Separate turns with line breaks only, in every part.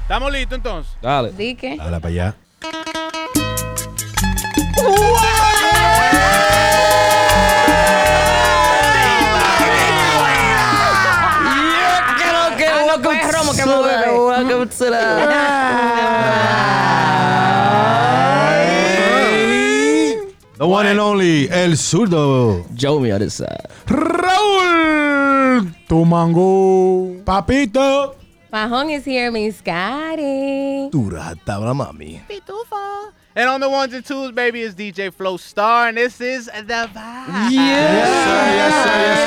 ¿Estamos listos entonces?
Dale.
Di que.
Dale para allá.
Creo que
Ah, no,
voy a
pues, Romo, que me
capturar,
voy.
voy a
The one and only, el zurdo.
Joe Miaresa.
Raúl. Tu mango. Papito.
Mahon is here, Miss Scotty.
Tu rata, la mami.
And on the ones and twos, baby, is DJ Flow Star, and this is The Vibe.
Yes,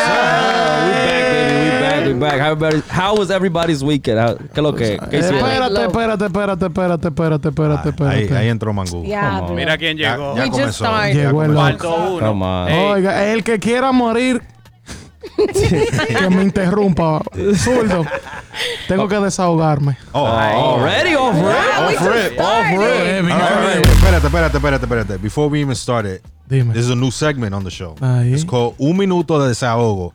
sir, yes, sir.
We back, baby. We back. We back. How, everybody, how was everybody's weekend? How, ¿Qué lo que? ¿Qué hicieron?
Eh, Espérate, espérate, espérate, espérate, espérate, espérate,
Ahí,
espérate.
ahí entró Mangú.
Ya,
Come on.
Mira quién
Ya-
llegó.
ya
We just
comenzó.
started.
Ya
Llegó el
comenzó.
Faltó uno.
Come on.
Ey,
Oiga, el que quiera morir, que me interrumpa. Zurdo, tengo que desahogarme.
Oh, oh, oh.
Already off rip?
Off rip.
Eh,
All right, wait, espérate, espérate, espérate, espérate. Before we even start it,
Dime.
this is a new segment on the show.
Ahí.
It's called Un Minuto de Desahogo.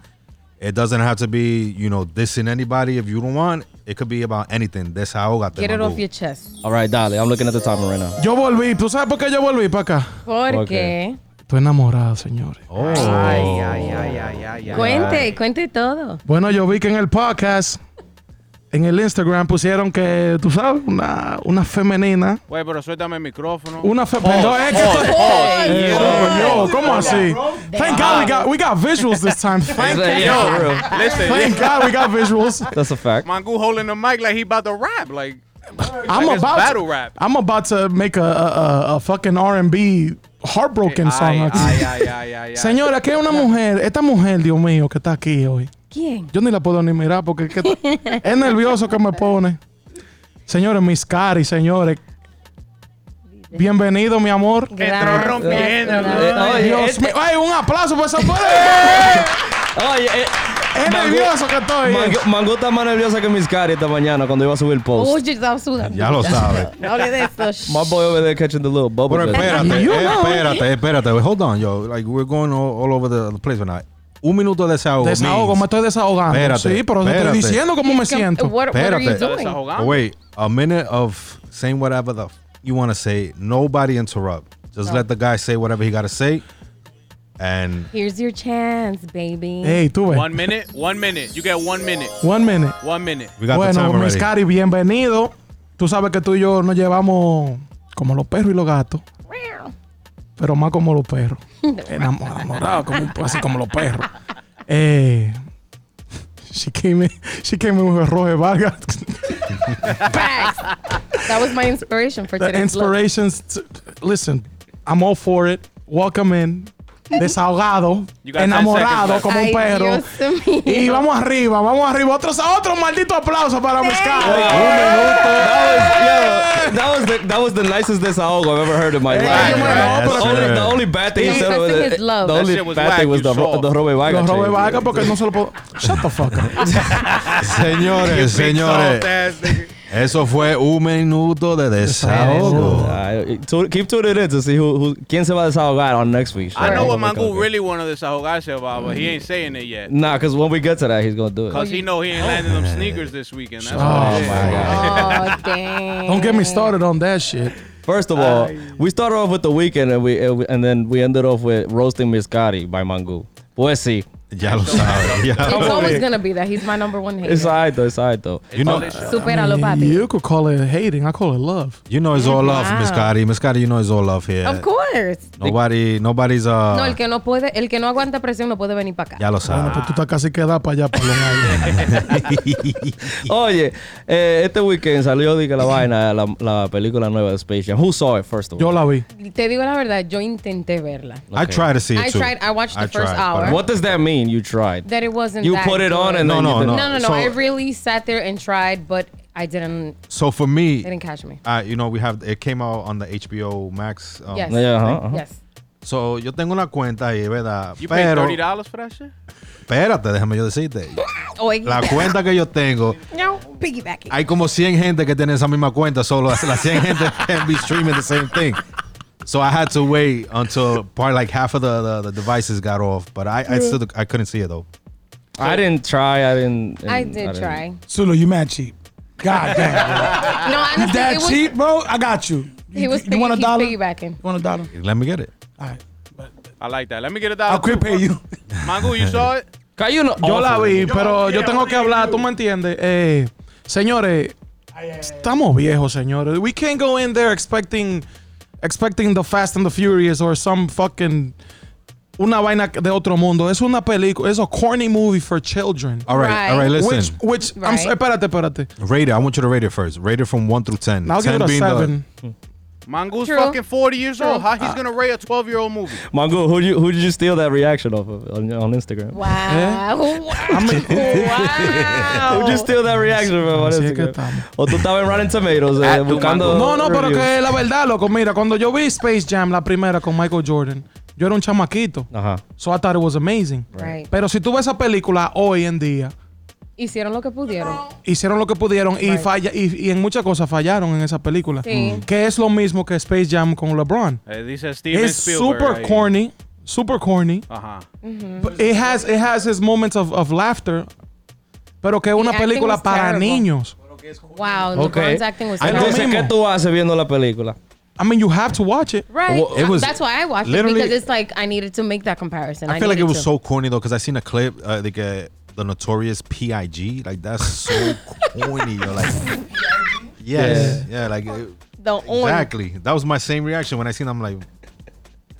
It doesn't have to be, you know, dissing anybody if you don't want. It could be about anything. Desahogate.
Get it
Mangú.
off your chest.
All right, dale. I'm looking at the timer right now.
Yo volví. ¿Tú sabes por qué yo volví para acá?
¿Por
Ok.
qué?
Estoy enamorado, señores.
Oh.
Ay, ay, ay, ay, ay, ay.
Cuente, cuente todo.
Bueno, yo vi que en el podcast, en el Instagram, pusieron que, tú sabes, una, una femenina.
Güey, pero suéltame el micrófono.
Una fe- Oh, Perdón, es que- Eh, coño, ¿Cómo así? Thank God we got, we got visuals this time. Thank,
Yeah, for real.
Listen,
thank God we got visuals.
That's a fact.
Mangu holding the mic like he about to rap. Like,
I'm
Like it's
about
battle
to,
rap.
I'm about to make a a, a- a fucking R&B heartbroken song.
ay,
aquí.
ay, ay, ay, ay, ay.
Señora, aquí hay una mujer, esta mujer, Dios mío, que está aquí hoy.
¿Quién?
Yo ni la puedo ni mirar porque es, que está- es nervioso que me pone. Señores, mis cari, señores. Bienvenido, mi amor.
Entró rompiendo.
Eh,
gracias.
oye,
Dios
este-
mío. Ay, un aplauso por esa mujer.
oye, eh,
es
Mango-
nervioso que
eh.
estoy.
Mango, Mango está más nerviosa que mis caras esta mañana cuando iba a subir el post.
Uy, yo estaba sudando.
Ya lo sabe.
No hable de eso. shh.
My boy over there catching the little bubble.
Pero
guts.
espérate, eh,
You know.
eh.
espérate, espérate. Wait, Hold on, yo. Like, we're going all, all over the place right now. Un minuto de desahogo.
Desahogo, me
means-
estoy desahogando.
Espérate,
sí, pero te
espérate.
estoy diciendo cómo me siento.
What, what are you
Espérate.
Está
doing?
desahogando.
Oh, wait, a minute of saying whatever the f- you want to say. Nobody interrupt. Just let the guy say whatever he got to say. And
Here's your chance, baby.
Ey, tú ves.
One minute, one minute. You get one minute.
One minute.
One minute.
we got the
bueno,
time
Miss
already.
Cari, bienvenido. Tú sabes que tú y yo nos llevamos como los perros y los gatos, pero más como los perros. Enamor- Enamorados, como, un- así como los perros. Eh, she came in, she came in with Roger Vargas.
Facts. That was my inspiration for
The
today's look.
inspirations. t- listen, I'm all for it. Welcome in. Desahogado,
You got ten
enamorado
seconds left.
como un
Ay,
perro.
Dios mío.
Y vamos arriba, vamos arriba. Otro, otro maldito aplauso para Miss Cari.
That was, yo, that was the that was the nicest desahogo I've ever heard in my life.
you might
Right.
hope, but-
Only- the only bad thing you said
Expressing
was
his love.
the
That
only
shit was
bad
whack,
thing was
you
the,
saw.
the Robe Vargas.
Los
shit.
robe vaca porque no se lo puedo. Shut the fuck up.
Señores,
Big soft
señores,
ass nigga.
eso fue Eh, un minuto de desahogo.
Uh, tu- keep tuning in to see who, who quién se va a desahogar on next week's show.
I know
Oh
what
my
Mangu
God.
really wanted to desahogarse about, but he ain't saying it yet.
Nah, cause when we get to that, he's gonna do it.
Cause he know he ain't landing them sneakers this weekend. That's
Oh,
what it is.
Oh, my God.
Oh, dang.
Don't get me started on that shit.
First of all, we started off with the weekend, and we, and we- and then we ended off with roasting Miss Gotti by Mangu. Pues sí,
Ya lo sabe. ya
It's
lo-
always going to be that. He's my number one hater.
it's alright though, it's alright though.
You know,
Superalo, papi.
You could call it hating. I call it love.
you know it's all love,
Wow.
Miss Cari. Miss Cari, you know it's all love here.
Of course.
Nobody, nobody's uh.
No, el que no puede, el que no aguanta presión no puede venir para acá.
ya lo sabe.
Bueno, pues tú estás casi quedada para allá, para los aires.
Oye, eh, este weekend salió de que la vaina, la, la película nueva de Space Jam. Who saw it first of all?
Yo la vi.
Te digo la verdad, yo intenté verla.
Ah.
I tried to see it
I
too.
tried- I watched the first
but-
hour.
What does that mean? You tried.
That it wasn't.
You
that
put it on
good.
and
No,
then
no,
you
no.
No, no, no.
So-
I really sat there and tried, but I didn't.
So for me,
They didn't catch me.
uh, you know, we have it came out on the HBO Max.
Oh.
Um,
Yes.
Yeah, uh-huh, ajá, ajá.
Yes.
So yo tengo una cuenta ahí, ¿verdad?
You paid
Pero,
thirty dollars for that shit?
espérate, déjame yo decirte.
Oye,
La cuenta que yo tengo,
Oh, no, piggybacking.
hay como 100 gente que tiene esa misma cuenta, solo las las 100 gente can be streaming the same thing. So I had to wait until part like half of the, the, the devices got off, but I, I still I couldn't see it though.
I didn't try. I didn't.
I
and
did
Mm,
didn't-
try.
Zulu, you mad cheap. God damn. bro.
No, honestly,
that
it was,
cheap, bro? I got you.
he was
you want a
piggy-
dollar?
he's
You
piggybacking.
want a dollar?
Let me get it.
All right.
I like that. Let me get a dollar.
I'll quick
too.
pay you.
Mangu, you saw it?
Cayó una
Yo la
offer.
vi, pero yo tengo que hablar, tú me entiendes. Eh, señores, estamos viejos, señores. We can't go in there expecting expecting the Fast and the Furious or some fucking una vaina de otro mundo. Es una película, es a corny movie for children.
All right,
Right.
all right. Listen,
Which, which, I'm so-
Right.
espérate, espérate.
rate it. I want you to rate it first. Rate it from one through ten.
I'll give
ten
it a
being
seven.
Mangu's
True.
fucking 40 years
True.
old. How he's gonna rate a 12 year old movie?
Mango, who you, who did you steal that reaction off of on, on Instagram?
Ah,
Wow.
uh,
wow.
Who did you steal that reaction from on
Así es que
Instagram?
estamos.
O tú estabas en Rotten Tomatoes eh,
Ah, tú,
buscando.
No, no, pero
reviews.
que la verdad, loco. Mira, cuando yo vi Space Jam, la primera con Michael Jordan, yo era un chamaquito.
Ajá.
So I thought it was amazing.
Right.
Pero si tú ves esa película hoy en día,
Hicieron lo que pudieron.
hicieron lo que pudieron y,
Right.
falla, y, y en muchas cosas fallaron en esa película.
Sí. Mm.
Que es lo mismo que Space Jam con LeBron.
Eh, dice Steven
Es
Spielberg.
super
ahí.
corny, super corny.
Ajá.
But It has, it has his moments of, of laughter. Pero que es una
acting
película
was
para
terrible.
niños.
Wow.
Ok.
LeBron's acting was
I
terrible.
know.
Entonces, ¿qué tú haces viendo la película?
I mean, you have to watch it.
Right.
Well, it was
That's why I watched it
literally-
because it's like I needed to make that comparison.
The, I feel like
needed
it was
to.
so corny though, because I seen a clip uh, like uh, the notorious Pig. Like that's so corny. You're like, yes, yeah, like it,
the only
exactly. That was my same reaction when I seen. It, I'm like,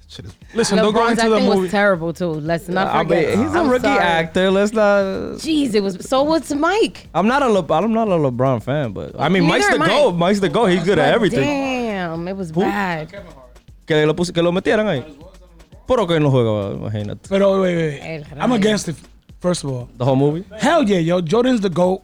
shit is
Listen, don't go
LeBron's
into the
acting
movie.
was terrible too. Let's not
I mean,
forget.
he's a
I'm
rookie
sorry.
actor. Let's not.
Jeez, it was. So what's Mike?
I'm not a Le, I'm not a LeBron fan, but I mean,
Neither
Mike's the
am I.
goat. Mike's the goat. He's Oh, good at
But
everything.
Damn, it was bad.
Que lo pus- que lo metieran ahí. Pero que él no juega, imagínate.
Pero, wait, wait,
El
wait. I'm
rayo.
against it, first of all.
The whole movie.
Hell yeah, yo. Jordan's the GOAT.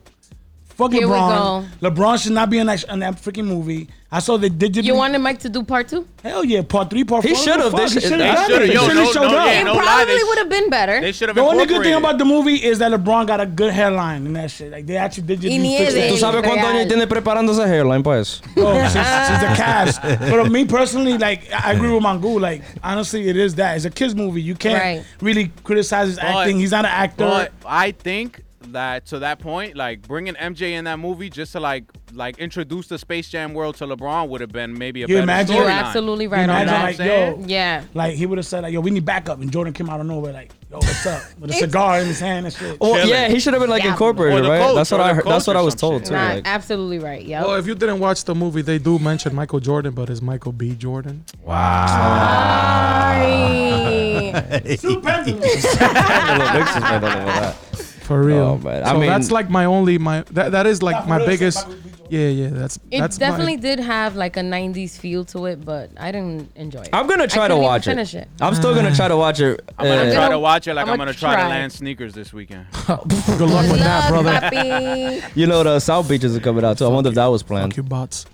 Fuck
Here we
LeBron. LeBron should not be in that, in that freaking movie. I saw they did.
You wanted Mike to do part two?
Hell yeah, part three, part
He
four.
should've.
Fuck,
They
He
should-
should
they
have.
should've.
He
Yo,
should
no,
have showed
no, yeah,
up.
no.
it
lie, they
probably
sh-
would have been better.
They should have
The only
incorporated
good thing
it.
about the movie is that LeBron got a good hairline and that shit. Like they actually did.
Y
do
nieve.
fix that.
¿Tú sabes cuántos
Real.
años tiene preparando ese hairline para eso?
Oh, since, since the Cavs. But me personally, like I I agree with Mangu. Like honestly, it is that. It's a kids movie. You can't
Right.
really criticize his acting. He's not an actor.
But I think that to that point, like bringing MJ in that movie just to like like introduce the Space Jam world to LeBron would have been maybe a
You
better
imagine?
storyline.
You're absolutely right on
Imagine
know
that.
like
what I'm
yo,
saying?
yeah.
like he would have said like yo, we need backup, and Jordan came out of nowhere like yo, what's up? With a cigar in his hand and shit.
Well,
Chilling.
yeah, he should have been like
Yeah.
Or
incorporated,
the
right?
coach,
that's what
or
I
the
heard.
coach
That's what
or
I was
some
told
shit.
too.
Nah,
like-
absolutely right. Yep.
Well, if you didn't watch the movie, they do mention Michael Jordan, but it's Michael B. Jordan.
Sorry.
For real.
Oh, man. I
so
mean-
that's like my only my that, that is like my
for real, it's
biggest.
like Michael B.
Yeah, yeah. That's
It
that's my-
definitely did have like a 90s feel to it, but I didn't enjoy it.
I'm gonna try
I
to
couldn't even
watch
finish
it.
it.
I'm still gonna try to watch it.
I'm gonna
eh,
try to
gonna-
watch it like I'm,
I'm
gonna
gonna
try, to
try.
land sneakers this weekend.
good luck with that,
Love,
brother.
papi.
you know, the South Beaches are coming out too. I wonder if that was
Fuck
planned.
you, bots.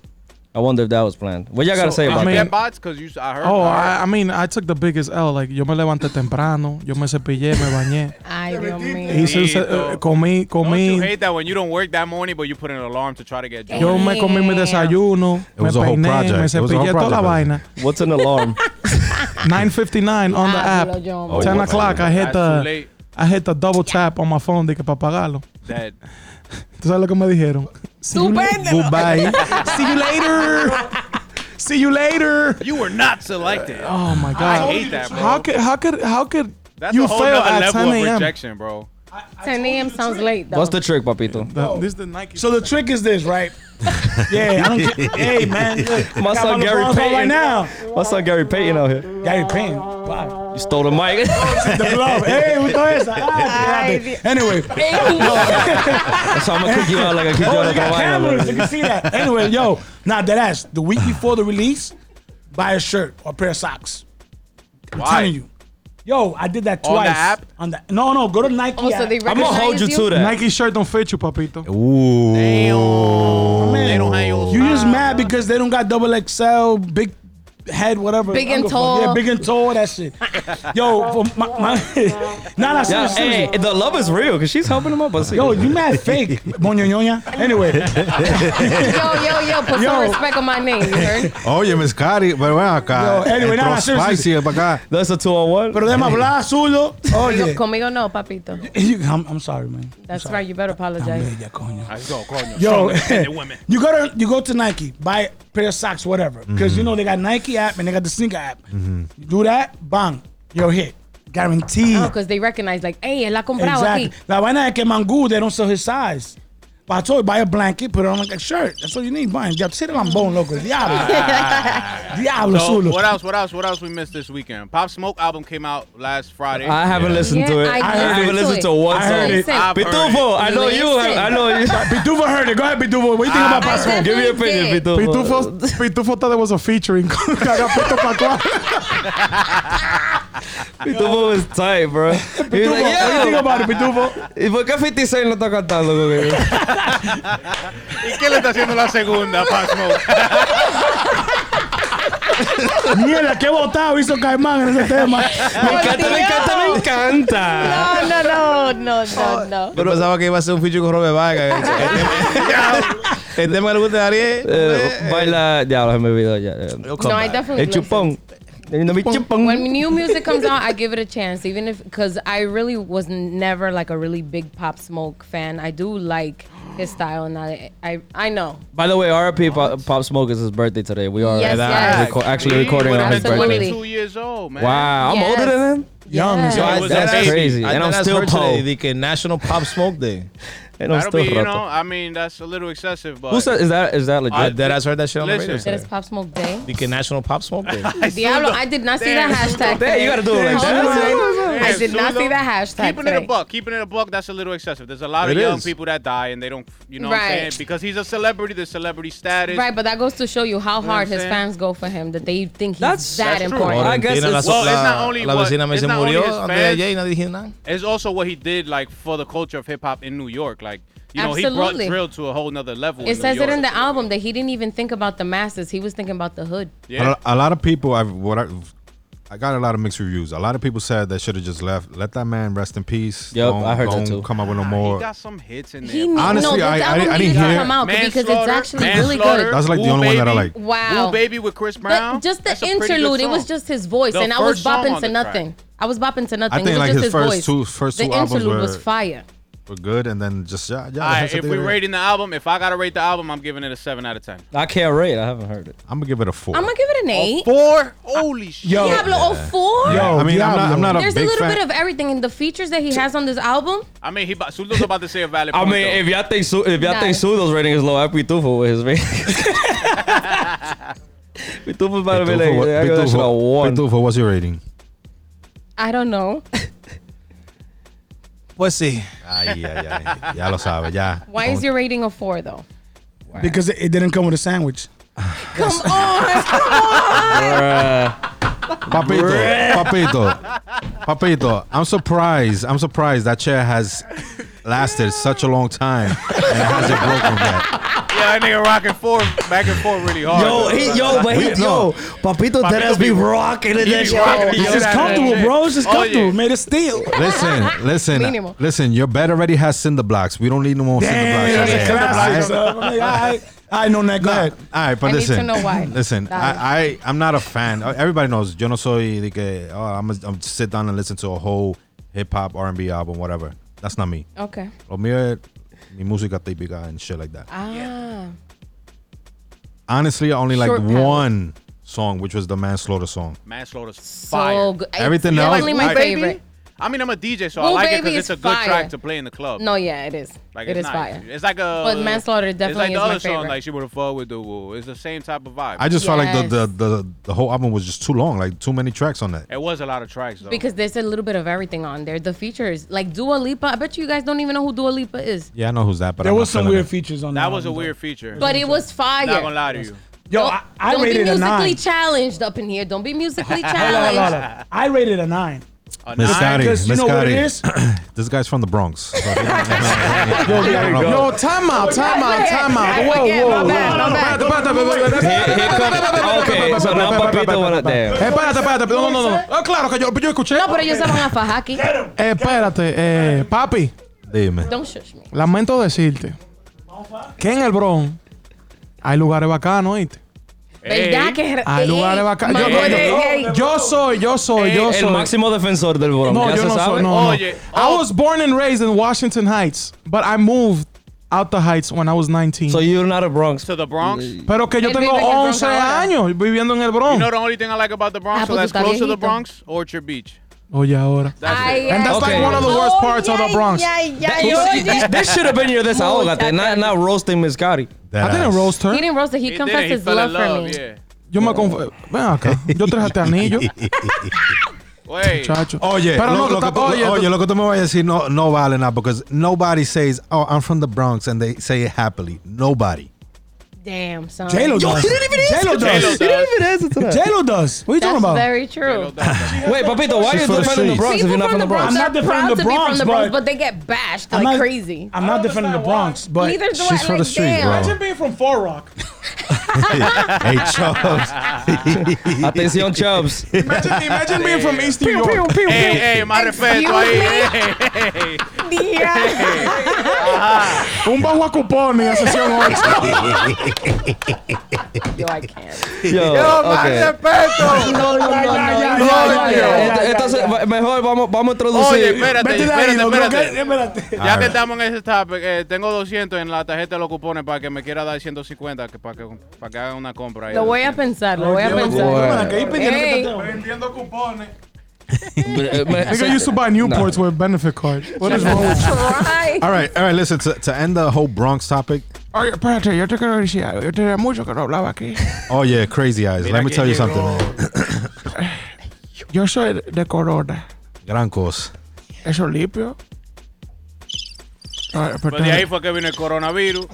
I wonder if that was planned. What y'all gotta
So,
say
I
about
mean-
Yeah,
that?
bots, cause you s- I heard.
Oh,
I,
I, I mean, I took the biggest L. Like, yo me levanté temprano, yo me cepillé, me bañé,
Ay, Dios mío.
hice,
Bonito.
eh, comí,
don't you
comí.
hate that when you don't work that morning but you put an alarm to try to get drunk?
Yo me comí mi desayuno,
It
me
was a whole
peiné,
project.
me
It was a whole
cepillé toda la
project,
vaina.
What's an alarm? Ah,
9:59 on the
Diablo,
app.
yo,
Oh,
10
wow.
o'clock. I hit
That's too
the
late.
I hit the double tap on my phone de que para pagarlo.
That
¿Tú sabes lo que me dijeron? See you la-
Supérdelo.
Goodbye. See you later. See you later.
you were not selected.
Oh my
I
god.
hate that, bro.
How could how could how could
That's
you
a whole
fail
nother
at
level
10
of
a.m.?
rejection, bro.
10 a.m. sounds late, though.
What's the trick, papito?
The- This is the Nike.
So the trick is this, right? yeah, I don't. get- hey man, look,
My
got
son
my
Gary
LeBron's on
Payton.
right now.
My son Gary Payton out here.
Oh.
Gary Payton. Wow.
You stole the mic.
The glove. Hey, we throw esa. Ah,
Ay,
yeah. Anyway.
so I'm gonna kick you out like I kick you out
Oh, they
of the
got cameras. You
wine.
can see that. Anyway, yo, nah, that ass. The week before the release, buy a shirt or a pair of socks. I'm
Why?
telling you. Yo, I did that
On the
twice.
app?
On the no, no, go to Nike.
Oh, so
app.
they
I'm gonna hold
recognize
you to that.
Nike shirt don't fit you, papito.
Ooh.
Damn. They don't hang your
you just mad because they don't got double XL, big head, whatever.
Big
I
and
don't give a fuck.
tall.
Yeah, big and tall, that shit. Yo, for my, my nah, nah,
Yeah,
seriously,
hey,
seriously.
the love is real because she's helping him up. I see.
Yo, you mad fake, moñoñoña. Anyway,
Yo, yo, yo, put
Yo.
some respect on my name, you heard?
Oye, Miss Cari, pero ven acá.
Yo, anyway,
Entró
nada, seriously.
spicy para acá.
that's a two on one.
pero déjame hablar, zurdo.
Conmigo,
Oye,
conmigo no, papito.
You- I'm, I'm sorry, man. I'm
That's
sorry.
right, you better apologize.
Bella, coño.
Let's go, coño.
Yo, eh,
women.
you go to you go to Nike, buy a pair of socks, whatever, because you know they got Nike app and they got the sneaker app. You do that, bang, you're hit, guaranteed.
No, because they recognize, like, hey, él ha comprado
exactly.
aquí.
La vaina es que Mangu they don't sell his size. But I told you buy a blanket, put it on like a shirt. That's all you need. Buying, ya ser lambón, loco. Diablo, Ah. diablo,
ah. So,
solo.
what else? What else? What else we missed this weekend? Pop Smoke album came out last Friday.
I haven't listened to
Yeah,
it.
I
listened
haven't
to
listened
it.
to one
I heard
song.
it. I've
heard
Pitufo, I know you.
Listen.
I know you.
Pitufo heard it. Go ahead, Pitufo. What do you think
Ah,
about Pop
I
Smoke?
Give me your opinion,
did.
Pitufo.
Pitufo, Pitufo thought there was a featuring. Cagapito Patois.
Pitufo is tight, bro. He was
Pitufo, What do you think
like,
about it, Pitufo?
yo. ¿Y por qué 56 no está cantando con él?
¿Y qué le está haciendo la segunda, Pop Smoke?
Mierda, qué botado hizo Caimán en ese tema.
Me encanta, me encanta, Oh. me encanta.
No, no, no, no, no, no.
Yo pensaba que iba a ser un feature con Robert Vargas. El tema que le gusta a Ariel.
Eh, Baila, ya lo me olvidó ya.
Yo
No,
come
I
back.
definitely
El chupón. El no, mi chupón.
When new music comes out, I give it a chance, even if because I really was never like a really big Pop Smoke fan. I do like his style, and I I, I know.
By the way, R.P. Pop, Pop Smoke is his birthday today. We are
Yes,
uh,
yes.
reco- actually recording on his
Absolutely.
birthday.
Twenty-two years old, man.
Wow, I'm
Yes.
older than him.
Young,
Yeah.
So I-
was a
that's
baby.
crazy, and I'm still
today.
po.
The que National Pop Smoke Day.
And I'm
That'll be,
still
you know,
roto.
I mean, that's a little excessive, but
Who said is that? Is that
I-
legit?
That I heard that shit on the
Listen.
radio.
That is
today.
Pop Smoke Day.
The que National Pop Smoke Day.
Diablo, I did not see that hashtag.
Damn, you gotta do it like that.
Damn,
I did not
Sulo.
see that hashtag.
Keeping it a
today.
buck, keeping it a buck, that's a little excessive. There's a lot of
It
young
is.
people that die and they don't, you know, what I'm
Right.
saying because he's a celebrity, the celebrity status.
Right, but that goes to show you how
what
hard
I'm
his
saying?
fans go for him that they think he's
That's-
that
that's true.
important.
I guess
Argentina,
it's-
la,
Well, it's
la-
not only
la
what-
vecina me
it's
se
not only
murió
his
antes de
fans.
ayer y nadie dije nada.
It's also what he did, like for the culture of hip hop in New York. Like, you know, he
Absolutely.
brought drill to a whole nother level.
It
New
says it in
York.
the album that he didn't even think about the masses. He was thinking about the hood.
Yeah.
A, a lot of people, I've what I, I got a lot of mixed reviews. A lot of people said they should have just left. Let that man rest in peace.
Yup,
don't,
I heard that
don't
too.
Come up with no
He
more.
got some hits in there.
He no,
Honestly,
this
I- I
album
didn't- I
needed
didn't
to
hear-
come out because it's
Manslaughter,
actually really
Manslaughter,
good.
That's like the
Woo
only one that I
Baby,
like.
Wow.
Woo Baby with Chris Brown.
But just the
That's a pretty good
interlude, it was
song.
just his voice,
The
and I was
first song
bopping
on
to
the track.
nothing. I was bopping to nothing.
I think
it was
like
just
his first
voice.
two- first
the
two albums
interlude
were-
was fire.
We're good, and then just yeah, yeah.
All
that's
right,
it,
if
they
we're
were-
rating the album, if I gotta rate the album, I'm giving it a seven out of ten.
I can't rate. I haven't heard it.
I'm gonna give it a four.
I'm gonna give it an eight.
Oh, Four? Holy shit!
Yo.
Diablo 04.
Yo,
I mean, I'm not, I'm not a
There's a
big
little
fan.
bit of everything, and the features that he has on this album.
I mean, he about, Sulo's about to say a valid.
I
Point,
mean,
though.
if y'all think Su- if y'all
Nah.
think Sudo's rating is low, I Pitufo with his rating. Pitufo about to be like,
Pitufo, what-
I got that shit a
Pitufo-
one.
Pitufo, what's your rating?
I don't know.
Pues sí.
Ay, ay, ay. Ya lo sabe, ya.
Why is your rating a four though?
Because it, it didn't come with a sandwich.
Come on,
Papito, papito, papito. I'm surprised. I'm surprised that chair has lasted such a long time and it hasn't broken yet.
yeah, that nigga rocking four back and forth really hard.
Yo, he, yo, but he, yo, Papito Teres be rocking in that
be
shit.
rocking the
It's just
shit out of that
comfortable,
shit.
bro.
Oh,
It's just
Oye.
comfortable. Made of steel.
Listen, listen,
Mínimo.
listen. Your bed already has cinder blocks. We don't need no more
Damn,
cinder blocks.
that's a classic. son. I'm like, all right, I know that. Go ahead.
All right, but
I need
listen,
to know why.
listen.
Dale.
I, I I'm not a fan. Uh, Everybody knows. Yo no soy de que. Oh, I'm gonna I'm sit down and listen to a whole hip hop R and B album, whatever. That's not me.
Okay.
Lo mío es mi música típica and shit like that.
Ah.
Honestly, I only
Short
liked
palate.
one song, which was the manslaughter song.
Manslaughter's
So
fire.
good.
Everything
it's
else,
definitely my
I-
favorite.
I mean, I'm a DJ, so I
Woo
like it
Baby
because it's
is
a good
fire.
track to play in the club.
No, yeah, it is.
like,
it
it's
is
nice.
fire.
It's like a.
But Manslaughter
It's
definitely is
like the
my
other song,
favorite.
like she would have fought with the woo. It's the same type of vibe.
I just felt like the, the
Yes.
the the whole album was just too long, like too many tracks on that.
it was a lot of tracks though.
because there's a little bit of everything on there. The features, like Dua Lipa. I bet you guys don't even know who Dua Lipa is.
Yeah, I know who's that, but
There
I'm
was
not
some
feeling
weird
it.
features on
that was a
album,
weird feature.
But it was fire.
not gonna lie to you.
though. Yo, I, I
don't
rated
be
a
musically
nine.
challenged up in here. Don't be musically
Hold on, hold on,
challenged.
hold on. I rated a nine.
A
Miss
nine-
Scotty,
Because
Miss
you know what
Scotty.
it is?
This guy's from the Bronx. So he-
Yo,
I don't know.
time out, time
Go ahead. I forget, my bad, my bad.
Pata, pata,
Okay, so now Papito wanna damn.
Espérate, espérate, no, no, no. Ah, claro que yo, yo escuché.
No, pero ellos se van a fajar aquí.
Espérate, eh, papi,
Dime.
Don't shush me.
lamento decirte que en el Bron hay lugares bacanos, ¿oíste?
¿Verdad que
Hay
ey,
lugares
ey,
bacanos. Yo,
mamá
coño,
de gay.
yo soy, yo soy, yo
El
soy.
máximo defensor del Bronx.
No,
ya
yo
se
no
sabe.
soy, no, no.
Oye,
I was born and raised in Washington Heights, but I moved out the Heights when I was 19.
So you're not a Bronx.
To the Bronx. You
Pero que yo
Él
tengo
vive en el Bronx
11
ahora.
años viviendo en el Bronx.
know the only thing I like about the Bronx,
Ah,
so
pues
that's
está
close to the
viejito.
Bronx, Orchard Beach.
Oye, ahora.
That's
Ay, ay,
it.
And that's
Okay.
like one of the worst parts of the Bronx.
Ay, ay, ay,
You see,
oye.
this should have been your desahogate, not, not roasting Miss Gotti.
That
I didn't
ass.
roast her.
He didn't roast it. He
He did
confessed
it. He
his
fell
love
in
for
love.
me.
Yeah.
Yo me confundí. Ven acá. Yo traje este anillo,
Wait.
chacho.
Oye,
pero
lo,
no,
Oh, lo
tú
que,
estás-
tú-
oye,
oye,
tú-
lo que tú me vas a decir no, no vale nada because nobody says, oh, I'm from the Bronx and they say it happily. Nobody.
Damn, son.
J-Lo does. J-Lo does. J-Lo does. What are you talking
That's
about?
very true.
Wait, Papito, why are you
from the
defending the
streets.
Bronx if you're
People
not from the Bronx?
I'm not
are
defending
proud
the
to be
Bronx,
from the Bronx,
but-
but they get bashed
I'm
like
not-
crazy.
I'm not defending the Bronx, but
Neither do
She's
I.
from
like,
the street,
damn.
bro.
Imagine being from Far Rock.
hey, Chubbs.
Atención, Chubbs. Eh,
imagine, imagine being from East New York.
Hey, hey, más respeto ahí. Hey, hey, hey.
Yeah.
Un bajo a cupón y a sesión 8.
Yo, I can't.
Yo, okay.
No, no, no, no.
Oye, ent- eh, Entonces, va- mejor vamos, vamos a
Oye,
introducir.
espérate,
Vete de ahí,
espérate,
no, creo
espérate.
que- espérate.
Ya que estamos en ese topic, eh, tengo 200 en la tarjeta de los cupones para que me quiera dar 150 que para, que, para que haga una compra. ahí.
Lo voy a pensar, lo voy a
Bueno,
pensar.
que ahí pendiente que te tengo.
Vendiendo cupones.
Eh, me-
Nigga used to buy Newports with benefit card. What is wrong with you?
Right.
All right, all right, listen, to, to end the whole Bronx topic,
Oye, espérate, yo te quiero decir algo. Yo tenía mucho que no hablaba aquí.
oh, yeah, crazy eyes. Let me
que
tell you
llegó.
something, man.
Yo soy de Corona.
Gran cosa.
Eso es Ah, limpio. Ay,
Pues de ahí fue que vino el coronavirus.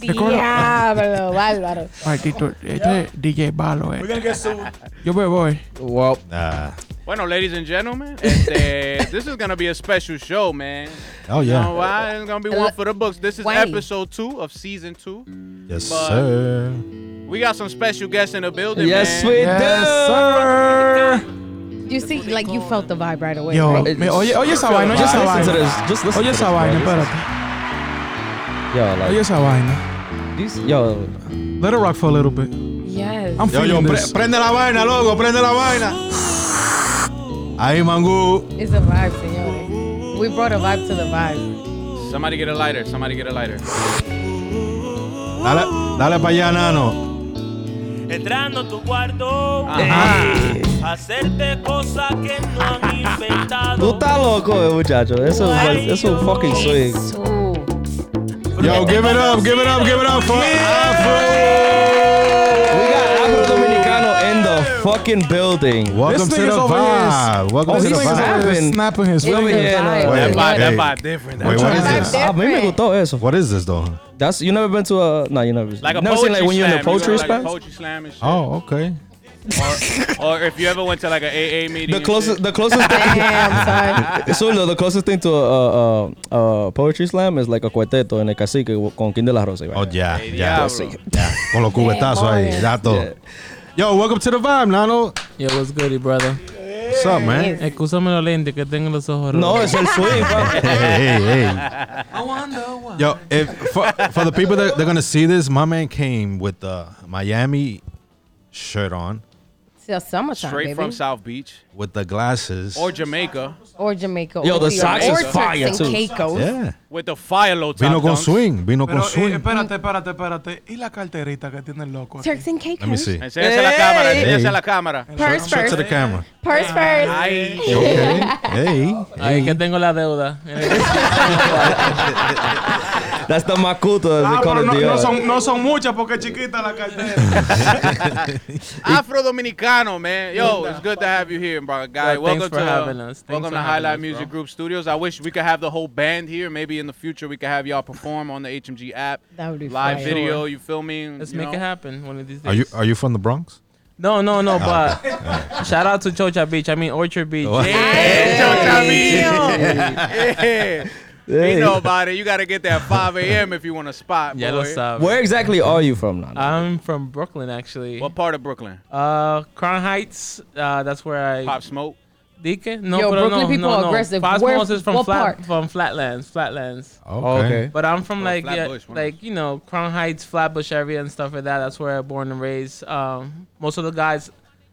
Diablo, bárbaro.
Maldito, este es DJ Balo,
We're
eh.
gonna get sued.
Yo me voy. Ah.
Well,
Nah.
Bueno, ladies and gentlemen, este, this is gonna be a special show, man.
Oh,
You know
yeah.
why? It's gonna be one for the books. This is
Why?
episode two of season two.
Yes,
But-
sir.
We got some special guests in the building,
yes,
man.
we
Yes, sir.
You see, like you felt the vibe right away.
Yo,
right?
me- oye, oye esa
do.
vaina, oye esa
Listen to
vaina.
this. Just listen
Oye
to
esa
this,
vaina,
bro.
espérate.
Yo,
Oye
like,
esa vaina.
this- yo,
Let it rock for a little bit.
Yes.
I'm
Yo, yo,
feeling
pre-
this.
prende la vaina, loco, prende la vaina. Ahí, mangú.
It's a vibe, señores. We brought a vibe to the vibe.
Somebody get a lighter. Somebody get a lighter.
Dale, dale para allá, nano.
Entrando a tu cuarto, eh, hacerte cosas que no han
tú
inventado.
estás loco, eh, muchacho. Eso es, like, eso es un um fucking swing.
So,
Yo, give it up, give it up, give it up for Afro.
We got Afro Dominicano in the fucking building.
Welcome
This
to
nigga's
the
over here is-
vibe. Welcome
Oh,
to the
he's
vibe.
snapping.
Snapping his
It's
over
a
fingers.
here,
vibe.
no.
That
Wait,
vibe, that
hey.
vibe different.
Wait,
That
what
vibe-
is
vibe
this?
A mí me
different.
Ah, gustó eso.
What is this, though?
That's you never been to a no, you never.
Like a
never
poetry
seen like when you're in a
slam. You go to,
poetry
like, a
slam.
poetry slam and shit.
Oh, okay.
Or if you ever went to like an AA meeting.
The
and
closest,
shit.
the closest thing,
damn, son.
Zurdo, the closest thing to a, a, a poetry slam is like a cuarteto en el cacique con King de la Rosa. y
Oh,
vaina.
ya, ya.
diablo.
Sí, ya. Con los cubetazos ahí,
Demonios.
ya todo.
Yeah.
Yo, welcome to the vibe, Nano.
Yo, what's good, brother?
What's up, man?
Excúsame los lentes que tengo los ojos
No,
rojos.
Oh, es el swing. pa.
Hey, hey, hey. Yo, if, for, for the people that they're gonna see this, my man came with the Miami shirt on,
It's a summertime,
Straight
baby.
from South Beach
with the glasses.
or Jamaica
or Jamaica.
Yo,
or
the
Cuba,
socks
or
is
Turks
fire,
and
too.
Caicos.
yeah.
with the fire low top
Vino con
dunks.
swing. Vino con
Pero, eh,
swing.
espérate, espérate, espérate. ¿Y la carterita que tiene el loco? aquí?
Turks and Caicos.
Let me see.
Enséñase a la cámara, enséñase a la cámara. Ah,
Purse
Show it to the
first.
camera.
Purse first.
Ay,
Okay. Hey.
Ay, que tengo la deuda.
That's the macuto. As
Ah,
they call
pero
it,
no,
the,
no
uh,
son, no son muchas porque es chiquita la cartera.
Afro Dominicano, man. Yo, it's good to have you here, bro. Guy,
Well, thanks
welcome
for
to uh,
having us. Thanks for
welcome to
having
Highlight
us,
Music
bro.
Group Studios. I wish we could have the whole band here. Maybe in the future we could have y'all perform on the HMG app.
That would be
live
fire.
video.
Sure.
You feel me?
Let's
You
make it
know?
happen one of these days.
Are you are you from the Bronx? Ah,
No, no, no, but shout out to Chocha Beach. I mean, Orchard Beach.
Yeah, Chocha Beach. Yeah. You know about it. You gotta get there at 5 a.m. if you want a spot.
Ya
boy.
lo sabes.
Where exactly are you from now?
I'm from Brooklyn, actually.
What part of Brooklyn?
Uh, Crown Heights. Uh, that's where I.
Pop Smoke.
Dique? No,
Yo,
pero
Brooklyn
no,
people
no,
are
no.
aggressive.
Pop
Where-
Smoke is from
what
flat,
part?
from Flatlands, Flatlands.
Okay.
But I'm from like yeah,
Oh, Flatbush, one of
like
those.
you know Crown Heights, Flatbush area and stuff like that. That's where I'm born and raised. Um, most of the guys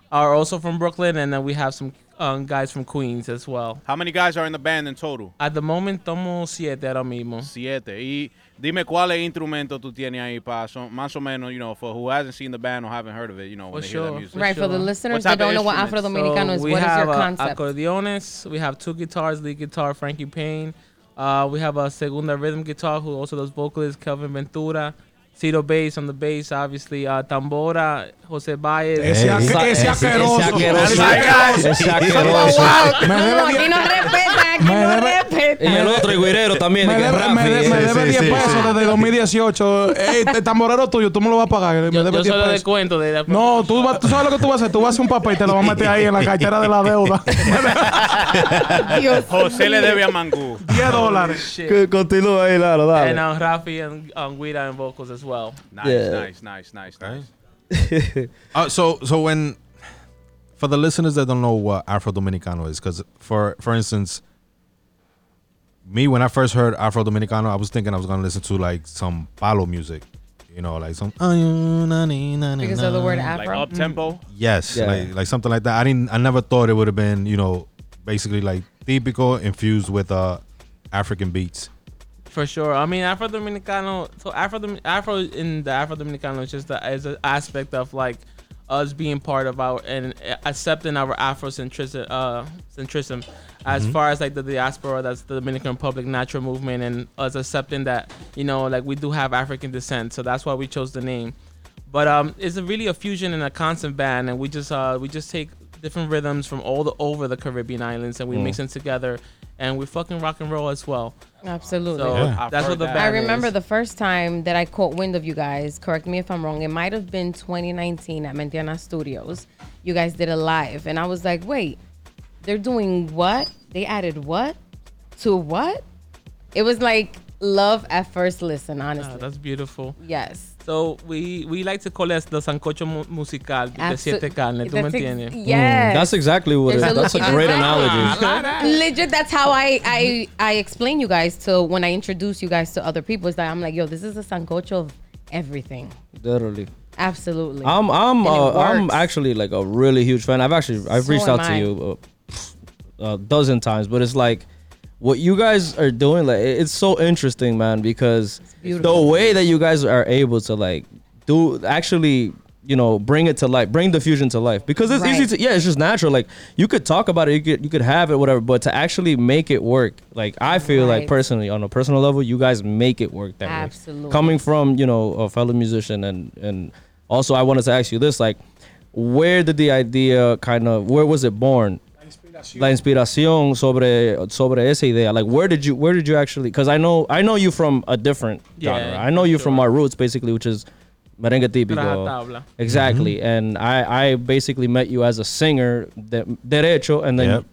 are also from Brooklyn, and then we have some um, guys from Queens as well.
How many guys are in the band in total?
At the moment, tomo siete ahora mismo.
Siete. Y dime cuáles instrumentos tú tienes ahí para más o menos, you know, for who hasn't seen the band or haven't heard of it, you know, when
For
they hear that
sure.
music.
For
Right, for the
sure.
What
listeners
type
that don't
of
know what Afro
So
instruments?
Dominicano is,
we
what is
have
your
uh,
concept?
acordeones. We have two guitars, lead guitar, Frankie Payne. Uh, we have a segunda rhythm guitar who also does vocals, Kelvin Ventura. Cito bass on the bass, obviously. Uh, tambora, Jose Baez.
Ese aque- ese asqueroso.
Oh
Ese asqueroso.
No, no, aquí no respeta, aquí no
Y el
respeta.
otro higuerero también.
Me
que
debe,
Rafi,
me de-
eh.
me
Sí,
debe
sí,
10
sí,
pesos
sí.
desde 2018. Ey, el tamborero tuyo, tú me lo vas a pagar. eh, Me
Yo,
debe
yo
10
solo
pesos.
le cuento de la
No, tú, vas- tú sabes lo que tú vas a hacer. Tú vas a hacer un papel y te lo vas a meter ahí en la cartera de la deuda.
Dios
José le
mío.
debe a Mangú.
10 dólares.
shit.
Que Continúa ahí, Lalo,
And
dale.
uh, Rafi and um, Guida and vocals as well.
Nice,
Yeah.
nice, nice, nice, nice.
Uh, so so when for the listeners that don't know what Afro Dominicano is, because for for instance, me when I first heard Afro Dominicano, I was thinking I was gonna listen to like some palo music, you know, like some
Because of the word
Like
Afro.
up tempo.
yes,
Yeah.
like like something like that. I didn't, I never thought it would have been, you know, basically like typical infused with uh African beats.
For sure. I mean, Afro Dominicano. So Afro Domin- Afro in the Afro Dominicano is just the, is an aspect of like us being part of our and uh, accepting our Afrocentrism, uh, centrism, as far as like the diaspora, that's the Dominican Republic natural movement, and us accepting that you know like we do have African descent. So that's why we chose the name. But um, it's a really a fusion and a constant band, and we just uh, we just take different rhythms from all the over the Caribbean islands, and we mix them together, and we fucking rock and roll as well.
Absolutely.
So
I've
that's
heard
what the
that.
band
I remember
is.
the first time that I caught wind of you guys. Correct me if I'm wrong. It might have been 2019 at Mentiana Studios. You guys did a live, and I was like, "Wait, they're doing what? They added what to what?" It was like love at first listen.
Ah,
Honestly,
that's beautiful.
yes.
So we we like to call it the sancocho mu- musical de
Abso-
siete carnes. ¿Tú me
That's ex-
entiendes?
Yes.
That's exactly what it
There's
is.
a
That's a
look-
great
Ah,
analogy.
Legit, that's how I, I I explain you guys to when I introduce you guys to other people. Is that I'm like, yo, this is a sancocho of everything.
Literally.
Absolutely.
I'm
And
I'm
it
uh, I'm
works.
actually like a really huge fan. I've actually I've
So
reached
am
out to
I.
you uh, a dozen times, but it's like what you guys are doing like it- it's so interesting, man, because the
beautiful.
way that you guys are able to like do actually you know bring it to life bring the fusion to life because it's
Right.
easy to yeah it's just natural like you could talk about it you could you could have it whatever but to actually make it work like i feel like
Right.
personally on a personal level you guys make it work that way.
Absolutely.
coming coming from you know a fellow musician and and also I wanted to ask you this like where did the idea kind of where was it born la inspiración sobre sobre esa idea like where did you where did you actually because I know I know you from a different
Yeah,
genre I know you from
sure.
our roots basically which is merengue típico
Rajatabla.
exactly and I I basically met you as a singer de, derecho and then
Yep.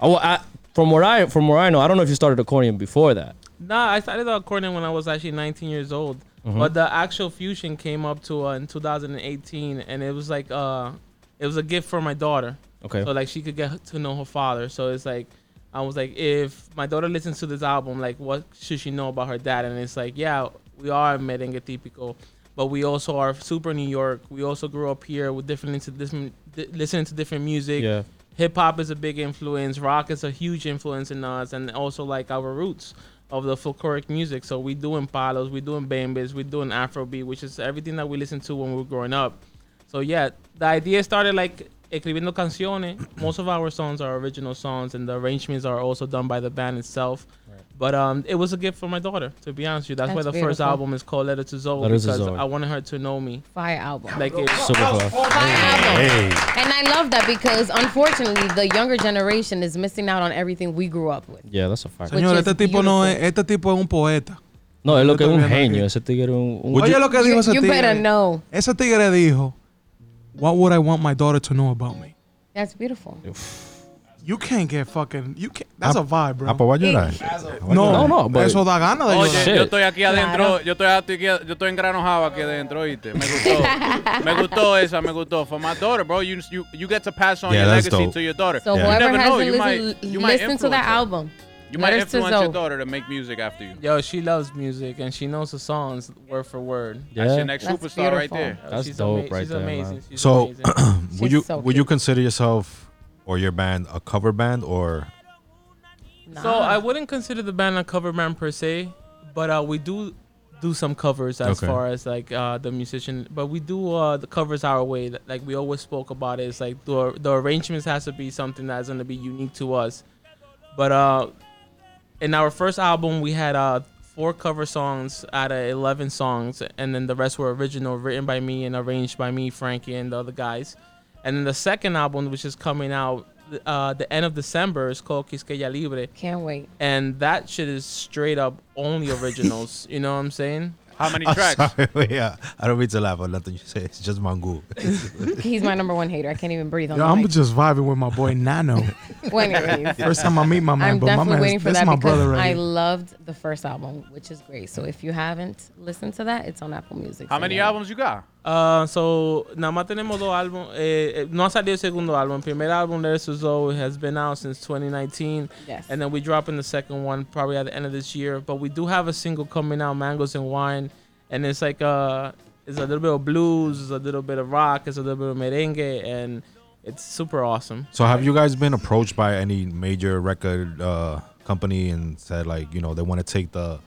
I, well, I, from where I from where I know I don't know if you started accordion before that
Nah, I started the accordion when I was actually 19 years old. But the actual fusion came up to uh, in 2018, and it was like uh, it was a gift for my daughter.
Okay.
So like she could get to know her father. So it's like I was like, if my daughter listens to this album, like what should she know about her dad? And it's like, yeah, we are merengue típico, but we also are super New York. We also grew up here with different into this listening to different music.
Yeah.
Hip hop is a big influence. Rock is a huge influence in us, and also like our roots of the folkloric music. So we doing palos, we doing bambas, we doing Afrobeat, which is everything that we listened to when we were growing up. So yeah, the idea started like escribiendo canciones. Most of our songs are original songs, and the arrangements are also done by the band itself. But um, it was a gift for my daughter, to be honest with you. That's, why
That's
the first
beautiful.
album is called Letter to Zoe
Letter to
because
Zoe.
I wanted her to know me.
Fire album.
Like it,
super fun.
Fire album. And I love that because unfortunately the younger generation is missing out on everything we grew up with.
yeah that's a fact
Which
Señor,
is
este tipo no es,
beautiful.
este tipo es un poeta.
No, es lo que es un
también, ¿no?
genio. Ese tigre es un, un-
Oye lo que dijo ese
You, you better
tigre.
know.
Ese tigre dijo, What would I want my daughter to know about me?
That's beautiful.
You can't get fucking. You can't. That's a vibe, bro.
Ah, pues va a llorar.
no,
No, no,
no, no.
but-
eso da ganas de
Oye,
llorar.
Shit.
yo estoy aquí adentro,
Claro.
yo estoy aquí, yo estoy engranojado aquí adentro, ¿oíste? Me gustó. me gustó esa, me gustó. For my daughter, bro, you you, you get to pass on
Yeah,
your
that's
legacy
dope.
to your daughter.
So
you
whoever
never know,
hasn't
you might
listened,
you might
listen to
influence
that
her.
album.
You might
Letters to
influence your
Zoe.
daughter to make music after you.
Yo, she loves music and she knows the songs word for word.
That's
Yeah.
your next
That's
superstar right
beautiful.
there.
Yo,
That's
she's
dope right
she's
there, man.
amazing. She's
So-
amazing.
Would you
She's so
would you consider yourself or your band a cover band or
Nah.
So I wouldn't consider the band a cover band per se, but uh, we do do some covers as
Okay.
far as like uh, the musician. But we do uh, the covers our way. Th- Like we always spoke about it. It's like the the arrangements has to be something that's gonna be unique to us. But uh, in our first album, we had uh, four cover songs out of eleven songs, and then the rest were original, written by me and arranged by me, Frankie, and the other guys. And then the second album, which is coming out uh, the end of December, is called Quisqueya Libre
can't wait.
and that shit is straight up only originals. you know what I'm saying?
How many
I'm
tracks?
sorry, yeah, I don't mean to laugh or nothing you say. It's just mango.
He's my number one hater. I can't even breathe on
Yo,
the
I'm
mic.
just vibing with my boy Nano.
Well, anyways,
First time I meet my man,
I'm
but my
definitely
man,
waiting
is,
for
this
that
my
because
brother
I
right here.
loved the first album, which is great. So if you haven't listened to that, it's on Apple Music.
How
So
many
yeah.
albums you got?
Uh, so nada más tenemos dos álbum. Eh, eh, no ha salido el segundo álbum. El primer álbum de Zoe has been out since 2019,
Yes.
and then we dropping the second one probably at the end of this year. But we do have a single coming out, Mangoes and Wine, and it's like uh, it's a little bit of blues, it's a little bit of rock, it's a little bit of merengue, and it's super awesome.
So have you guys been approached by any major record uh, company and said like you know they want to take the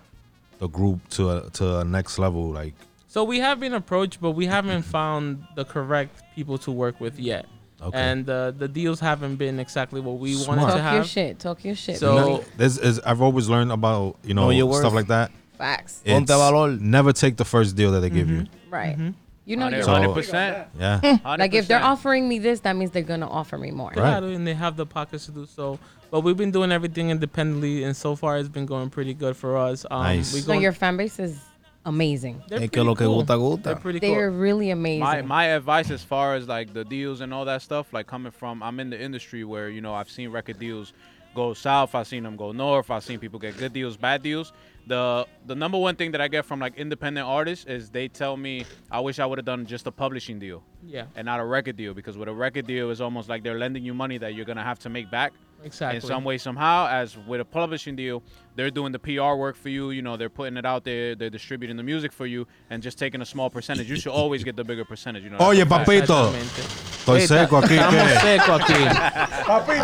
the group to a, to a next level like
So we have been approached, but we haven't found the correct people to work with yet.
Okay.
And uh, the deals haven't been exactly what we wanted
Smart.
Talk
to
your
have.
shit. Talk your shit.
So-
Manny.
this is I've always learned about you know
Know your
stuff
worth.
like that.
facts.
Ponte valor.
never take the first deal that they give you.
Right.
Mm-hmm.
You know,
Hundred
you're
So-
hundred percent.
Yeah,
like if they're offering me this, that means they're gonna offer me more.
Right.
Claro, and they have the pockets to do so. But we've been doing everything independently, and so far it's been going pretty good for us. Um,
Nice.
We
So your fan base is amazing.
they're
Es que
pretty
lo que
cool.
gusta, gusta.
They're pretty
They are
cool.
really amazing.
My my advice as far as like the deals and all that stuff, like coming from I'm in the industry where you know I've seen record deals go south, I've seen them go north, I've seen people get good deals, bad deals. The the number one thing that I get from like independent artists is they tell me I wish I would have done just a publishing deal
Yeah,
and not a record deal because with a record deal it's almost like they're lending you money that you're gonna have to make back.
exactly.
in some way somehow as with a publishing deal they're doing the pr work for you you know they're putting it out there they're distributing the music for you and just taking a small percentage you should always get the bigger percentage you know that's
Oye,
a fact.
papito,
Exactamente.
estoy seco aquí.
Estamos
¿qué?
secos aquí.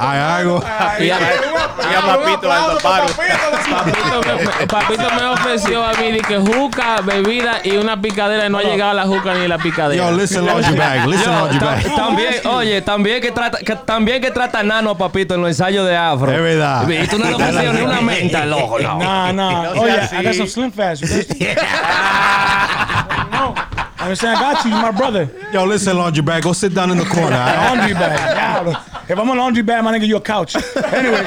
Hay algo.
Ya, papito, al zaparo.
Papito me, papito me ofreció a mí de que juca, bebida y una picadera y no ha llegado la juca ni la picadera.
Yo, listen, laundry bag. Listen,
Yo,
laundry
tam-
bag.
también, oye, también que trata, que, también que trata nano, papito, en los ensayos de afro.
Es verdad.
Y tú no le ofrecieron ni una menta, loco, no.
Nah, nah. Oh yeah, I got some Slim Fast. You thirsty? no, I understand. I got you. You're my brother.
Yo, listen, laundry bag. Go sit down in the corner. I
laundry bag. Diablo. If I'm a laundry bag, my nigga, you a couch. Anyway,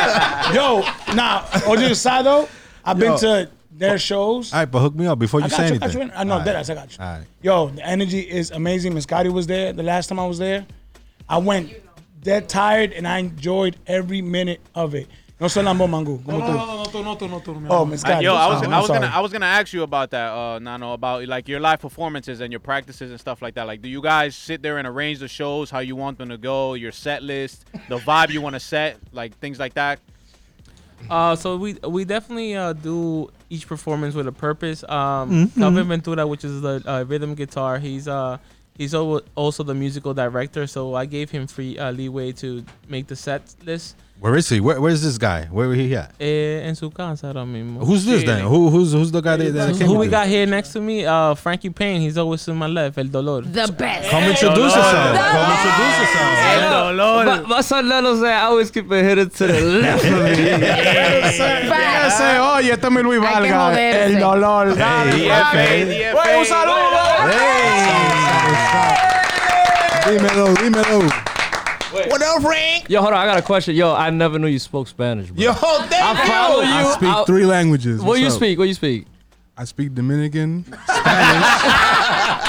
yo, nah. On the side though, I've
Yo.
been to their shows.
All right, but hook me up before you
I
say
got you. I got you.
anything.
I know
All
that.
right.
I got you.
All right.
Yo, the energy is amazing. Miscati was there the last time I was there. I went dead tired and I enjoyed every minute of it. No soy Lambo Mangu. Como tú.
no, tú, no, tú, no, tú, mi
Oh,
amor.
Uh,
Miscati.
Yo, I was,
I'm
I was gonna,
sorry.
I was gonna ask you about that, uh, Nano, about like your live performances and your practices and stuff like that. Like, do you guys sit there and arrange the shows how you want them to go, your set list, the vibe you want to set, like things like that?
Uh, so we we definitely uh, do each performance with a purpose. Um, Calvin Ventura, which is the uh, rhythm guitar, he's uh he's al- also the musical director. So I gave him free uh, leeway to make the set list.
Where is he? Where, where's this guy? Where he at?
Eh, en su casa ahora mismo.
Who's this then? Who who's who's the guy that, that came
Who we
with
got
you?
here next to me? Uh, Frankie Payne. He's always to my left. El Dolor.
the best.
Come introduce yourself.
Dolores.
Come introduce yourself.
But, but son Nano said, I always keep it headed to the left of me.
Facts.
Ese, oye, este es mi Luis
Hay que
Valga.
joderse.
El dolor. Dale,
Hey,
dale.
EFA.
Oye, un saludo.
Dímelo, dímelo.
What up, Frank?
Yo, hold on, I got a question. Yo, I never knew you spoke Spanish, bro.
Yo, thank
I follow you.
I speak
I-
three languages.
What
What's
you
up?
speak? What you speak?
I speak Dominican,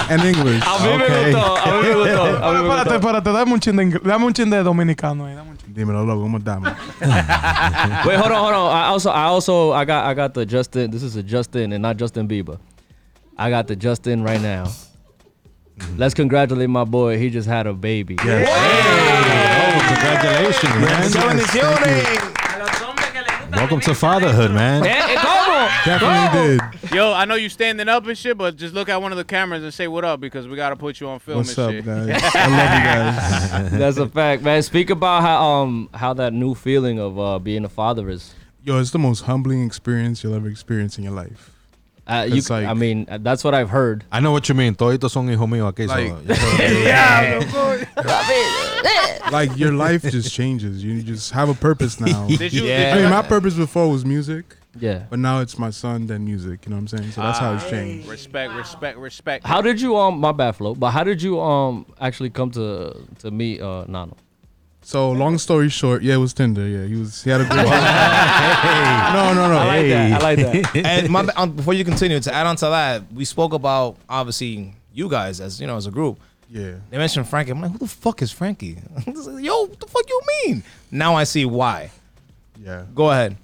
en English.
A mí me
Okay.
gustó, a mí me gustó, a mí me
Espérate,
gustó.
espérate, dame un chin de, ingl- dame un chin de dominicano ahí, dame un chin.
Dímelo, loco, ¿cómo estamos?
Wait, hold on, hold on. I also, I also, I got, I got the Justin. This is a Justin and not Justin Bieber. I got the Justin right now. Let's congratulate my boy. He just had a baby.
Oh, congratulations, man. Welcome to fatherhood, man. Definitely did.
Yo, I know you standing up and shit, but just look at one of the cameras and say what up because we gotta put you on film
What's
and
up,
shit.
guys? I love you guys.
That's a fact, man. Speak about how, um, how that new feeling of uh, being a father is.
Yo, it's the most humbling experience you'll ever experience in your life.
Uh, you,
It's like-
I mean, uh, that's what I've heard.
I know what you mean. Toditos son hijo mío aquí. so-
Like your life just changes. You just have a purpose now.
Did you?
I
Did
mean,
you
my purpose before was music,
Yeah.
but now it's my son then music. You know what I'm saying? So that's
Ah.
how it's changed.
respect, respect, respect.
How did you um my bad flow, but how did you um actually come to to meet uh Nano?
So long story short, yeah, it was Tinder. Yeah, he was. He had a great. no, no, no.
I like that. I like that.
and my, um, before you continue, to add on to that, we spoke about obviously you guys as you know as a group.
Yeah.
They mentioned Frankie. I'm like, who the fuck is Frankie? Yo, what the fuck you mean? Now I see why.
Yeah.
Go ahead.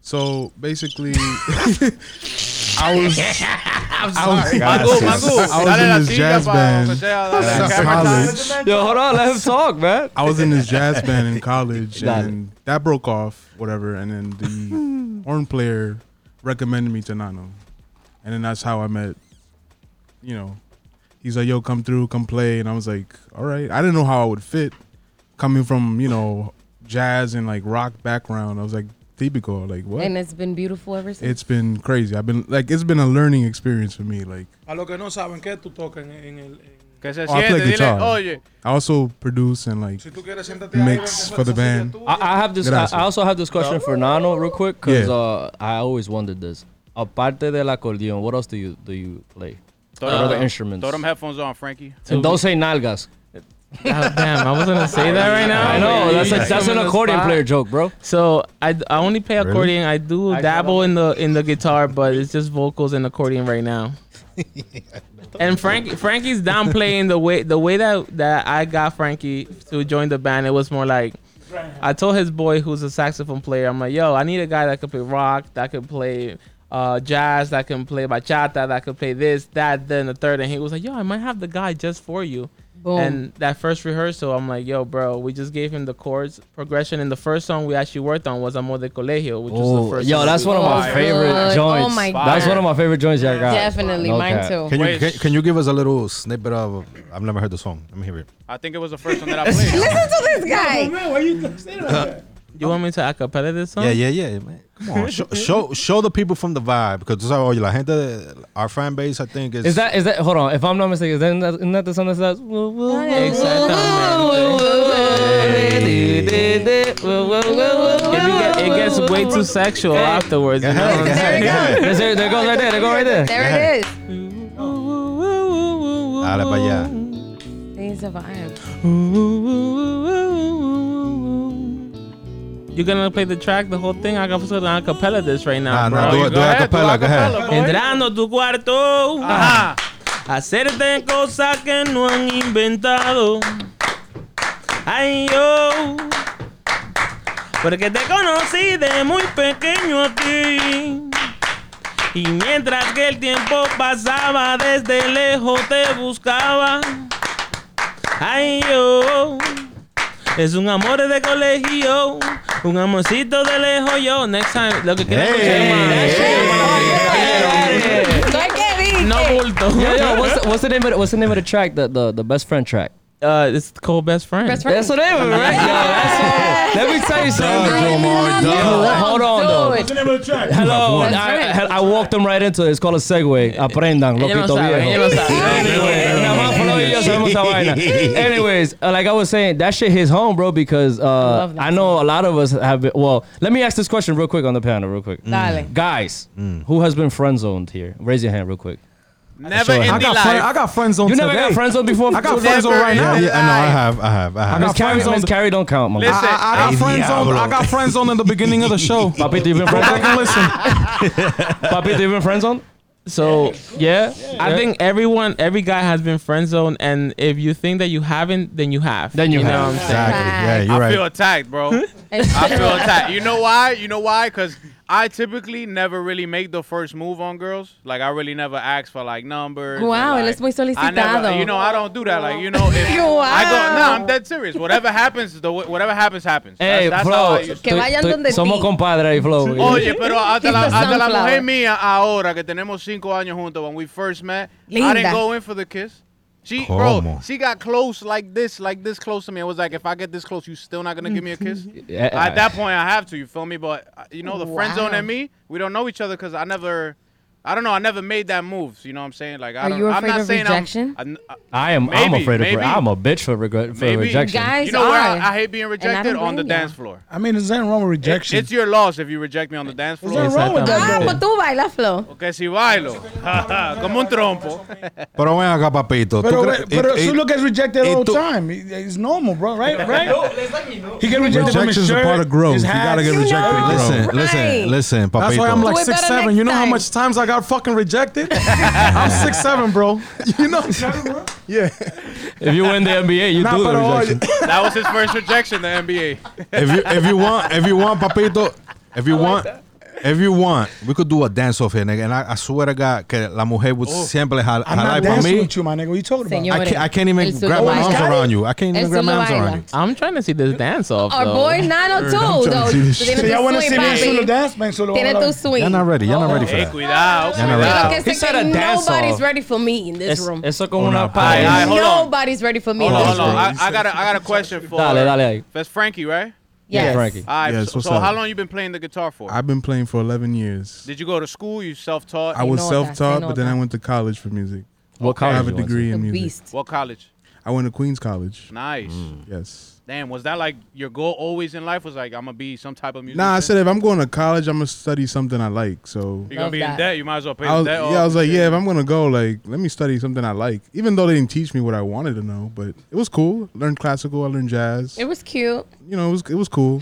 So basically, I was.
Magu, Magu,
I was
dale
in
la
this
silla
jazz
pa-
band.
pa- sea la- la
That's
camera
college.
time.
Yo, hold on, let him talk, man.
I was in this jazz band in college,
Got
and that broke off, whatever. And then the horn player recommended me to Nano, and then that's how I met. You know, he's like, "Yo, come through, come play," and I was like, "All right." I didn't know how I would fit, coming from you know jazz and like rock background. I was like, "Typical, like what?"
And it's been beautiful ever since.
it's been crazy. I've been like, it's been a learning experience for me. Like,
A los que no saben, ¿qué tú tocas en, en el. en-
Que
Ah,
se
Oh, I play
siente, dile,
guitar.
oye.
I also produce and like
Si tú quieres, siéntate ahí,
mix
ven,
for the
esa silla
band.
tuya.
I, I have this. I,
Gracias.
I also have this question for Nano real quick because
Yeah.
uh, I always wondered this. Aparte del acordeon, what else do you do you play?
Throw
What other
them,
instruments?
throw them headphones on, Frankie.
And don't say nalgas.
Oh, damn, I was gonna say that right now.
I know
but
that's
you
a,
just
that's
put
an
me on the
accordion
spot.
player joke, bro.
So I, d- I only play accordion. I do dabble in the in the guitar, but it's just vocals and accordion right now. and Frankie Frankie's downplaying the way the way that that I got Frankie to join the band. It was more like I told his boy who's a saxophone player. I'm like, yo, I need a guy that could play rock, that could play. Uh, jazz that can play bachata that could play this that then the third and he was like yo I might have the guy just for you
Boom.
and that first rehearsal, I'm like, yo, bro, we just gave him the chords progression. And the first song we actually worked on was Amor de Colegio, which was the
Oh,
first
yo,
song
that's
we-
one of my
Fire.
favorite
Good.
joints.
Oh my
That's
God.
one of my favorite joints y'all got.
Definitely,
No
mine
cap.
too.
Can you
Wait.
can, can you give us a little snippet of? I've never heard the song. Let me hear it.
I think it was the first one that I played.
Listen to this guy.
Man, why you saying that?
You want me to acapella this song?
Yeah, yeah, yeah, man. Come on, show, show show the people from the vibe because this is how you like. gente- Our fan base, I think, is
Is that is that? Hold on, if I'm not mistaken, is that- isn't that, isn't that the song that says? "Woo, woo, woo,
It, be- it gets way too sexual afterwards. You know? what I'm
There
saying?
it goes.
Yes, there, there it goes right there. There it goes right there.
There it is.
Dale pa' allá.
Things of iron.
You're gonna play the track, the whole thing? I gotta acapella this right now,
Nah,
bro.
nah, do it, do it acapella. Go ahead.
Entrando a tu cuarto, uh,
Ah,
hacerte cosas que no han inventado. Ay, yo, porque te conocí de muy pequeño a ti. Y mientras que el tiempo pasaba, desde lejos te buscaba. Ay, yo, es un amor de colegio, un amorcito de lejos yo. Next time, lo que quieras escuchar más.
Soy que dije.
No bulto.
Yo, yo, what's the, what's the name of the, what's the name of the track? The the, the best friend track.
Uh, it's called best friend.
Best friend.
That's the name of it, right? Yo, that's Let me tell you something. Hold on, though.
Dude.
Hello,
Best
I,
friend.
I walked them right into it. It's called a segue. Aprendan,
Ella no
loquito
sabe, ella no
viejo.
sabe.
Anyway, nada más Flo y yo sabemos esa vaina. Anyways, uh, like I was saying, that shit hits home, bro, because uh,
love that
I know a lot of us have been. Well, let me ask this question real quick on the panel, real quick. Mm.
Dale.
Guys,
Mm.
who has been friend zoned here? Raise your hand real quick.
never
I
in
I
the
got, friend, I
life.
got friends on
You
today.
never got friend zoned before?
I got
Miss
friends on right now.
Yeah, yeah, I know. I
Live.
have, I have, I have.
got
Carrie,
friends on
Miss
the-
Carrie don't count, my guy.
Listen,
I got friends on. I got friends on in the beginning of the show.
Papito, you been friend zoned?
Listen,
Papito, you been friend zoned?
So yeah, I think everyone, every guy has been friend zoned, and if you think that you haven't, then you have. Then
you have.
Know what I'm saying?
Exactly. Yeah, you're
I
right.
feel attacked, bro. I feel attacked. You know why? You know why? Because I typically never really make the first move on girls. Like I really never ask for like numbers. and,
Wow, él
like,
es muy
I never,
solicitado.
you know, I don't do that. Like you know, if
Wow.
I go, no, I'm dead serious. Whatever happens, the, whatever happens, happens.
Hey,
that's, that's how
Flo.
I used to.
Que
estoy-
vayan
estoy-
donde
Somos
ti.
compadres ahí, Flo.
Oye, pero hasta la,
Keep the
hasta la mujer
sunflower.
mía ahora que tenemos cinco años juntos, when we first met, I
Linda.
didn't go in for the kiss. She, bro,
¿Cómo?
she got close like this, like this close to me. I was like, if I get this close, you still not gonna give me a kiss?
Yeah.
At that point, I have to. You feel me? But uh, you know, the friend zone
Wow.
and me, we don't know each other because I never, I don't know, I never made that move. You know what I'm saying? Like, I
Are
don't,
you
I'm
afraid
not
of
saying
rejection?
I'm, I'm,
I am. I'm
Maybe,
afraid of.
maybe.
I'm a bitch for regret for
Maybe.
rejection.
Guys
you know where
are.
I, I hate being
don't
rejected on the
blame ya.
dance floor.
I mean, there's nothing wrong with
It-
rejection.
it's your loss if you reject me on the dance floor.
nothing wrong with
Ah,
that. though.
pues tú bailas, Flo.
Que si bailo, como un trompo.
Pero ven acá, papito. ¿Tú
Pero,
crees-
pero
it- it-
Sulu gets rejected all the
it-
time. It- It's normal, bro. Right? Right? he get rejected from his
Rejection's a
shirt,
part of growth.
his
You gotta
hats.
get rejected.
know.
to grow.
Listen,
Right.
listen, listen, papito.
That's why I'm like
Do it better
six seven.
next
You know how
time.
much times I got fucking rejected? I'm six seven, bro. You know.
Yeah.
If you win the NBA, you
Nah,
do the
pero oye,
rejection.
That was his first rejection, the NBA.
if you if you want if you want papito if you want if you want we could do a dance off here nigga and I, I swear to God que la mujer would siempre jal-
I'm not
jalar para
dancing
mí
with you, my nigga. What you talking
I
about?
Señores,
can't, I can't
el
even
Sulu
grab my
baila.
arms around you I can't even
El
grab my
Sulu
arms
baila.
around you
I'm trying to see this dance off.
Our
though.
boy Nano too,
trying to
though.
see this
Tú
shit.
tienes
So y'all
tu
wanna
swing,
see me and Sulu
papi.
dance? Man, Sulu,
Tienes
hold
tu
on.
swing.
Y'all not ready y'all not ready for
Hey,
that
cuidado,
no,
cuidado.
Porque
He
sé
said
que
a dance
nobody's
off.
ready for me in this
Es-
room.
Eso como una
Ay, ay, hold on.
Nobody's ready for me in
Hold on,
this
hold on.
room.
I, I got a, I got a question for.
Dale, dale ahí.
That's Frankie, right?
Yeah,
Yes.
Frankie.
All right.
Yes,
so
what's
so
up?
how long you been playing the guitar for?
I've been playing for 11 years.
Did you go to school? You self-taught?
I was
know that, I
self-taught,
know
but then I
that.
went to college for music.
What
I
college?
have a
you went to?
degree
The
in music.
beast.
what college?
I went to Queens College.
Nice.
Mm. Yes.
Damn, was that like your goal always in life? Was like I'm gonna be some type of musician.
Nah, I said if I'm going to college, I'm gonna study something I like. So
you're gonna be in
Love that.
debt. You might as well pay
I was,
the debt.
yeah, I was like, yeah, if I'm gonna go, like, let me study something I like. Even though they didn't teach me what I wanted to know, but it was cool. Learned classical, I learned jazz.
It was cute.
you know, it was it was cool.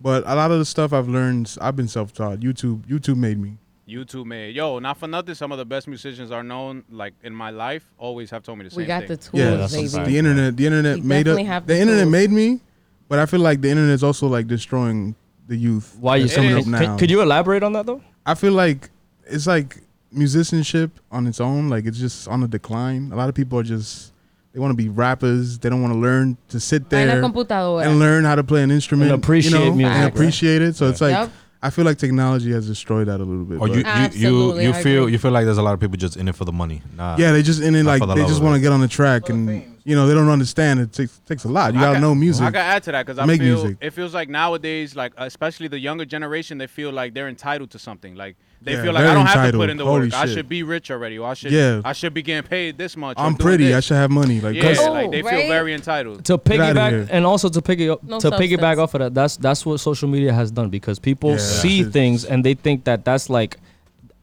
but a lot of the stuff I've learned, I've been self-taught. YouTube, YouTube made me.
YouTube man, yo, not for nothing. Some of the best musicians are known. Like in my life, always have told me the same
We got the
thing.
tools,
that's what's
baby.
up.
The internet, the internet
We
made
definitely
up.
have
The
the
internet
tools.
made me, but I feel like the internet's also like destroying the youth.
Why you
that's coming
It
up
is.
saying?
now?
Could, could you elaborate on that though?
I feel like it's like musicianship on its own. Like it's just on a decline. A lot of people are just they want to be rappers. They don't want to learn to sit
Hay una
there
computadora.
and learn how to play an instrument.
And appreciate
you know,
music,
and
right?
appreciate it. So it's like
Yep.
I feel like technology has destroyed that a little
Oh,
bit.
or
but-
you you you,
Absolutely,
you
I
feel
agree.
you feel like there's a lot of people just in it for the money
Ah.
nah
yeah, they just and then
Not
like
for the
they
love
just
of
want to
it.
get on the track and you know they don't understand it takes takes a lot. You
I
gotta
got-
know music.
I can add to that because I
Make
feel
music.
it feels like nowadays, like especially the younger generation, they feel like they're entitled to something. Like they
Yeah,
feel like I
very
don't have to
entitled.
put in the
Holy
work. I
shit.
should be rich already. Or I should.
Yeah.
I should be getting paid this much. or
I'm
doing
pretty.
this.
I should have money. Like
Yeah,
cuss.
like they
Oh,
feel
right?
very entitled.
to
outta here.
piggyback and also to piggy
No
to piggyback
substance.
off of that that's that's what social media has done because people
Yeah.
see
It's-
things and they think that that's like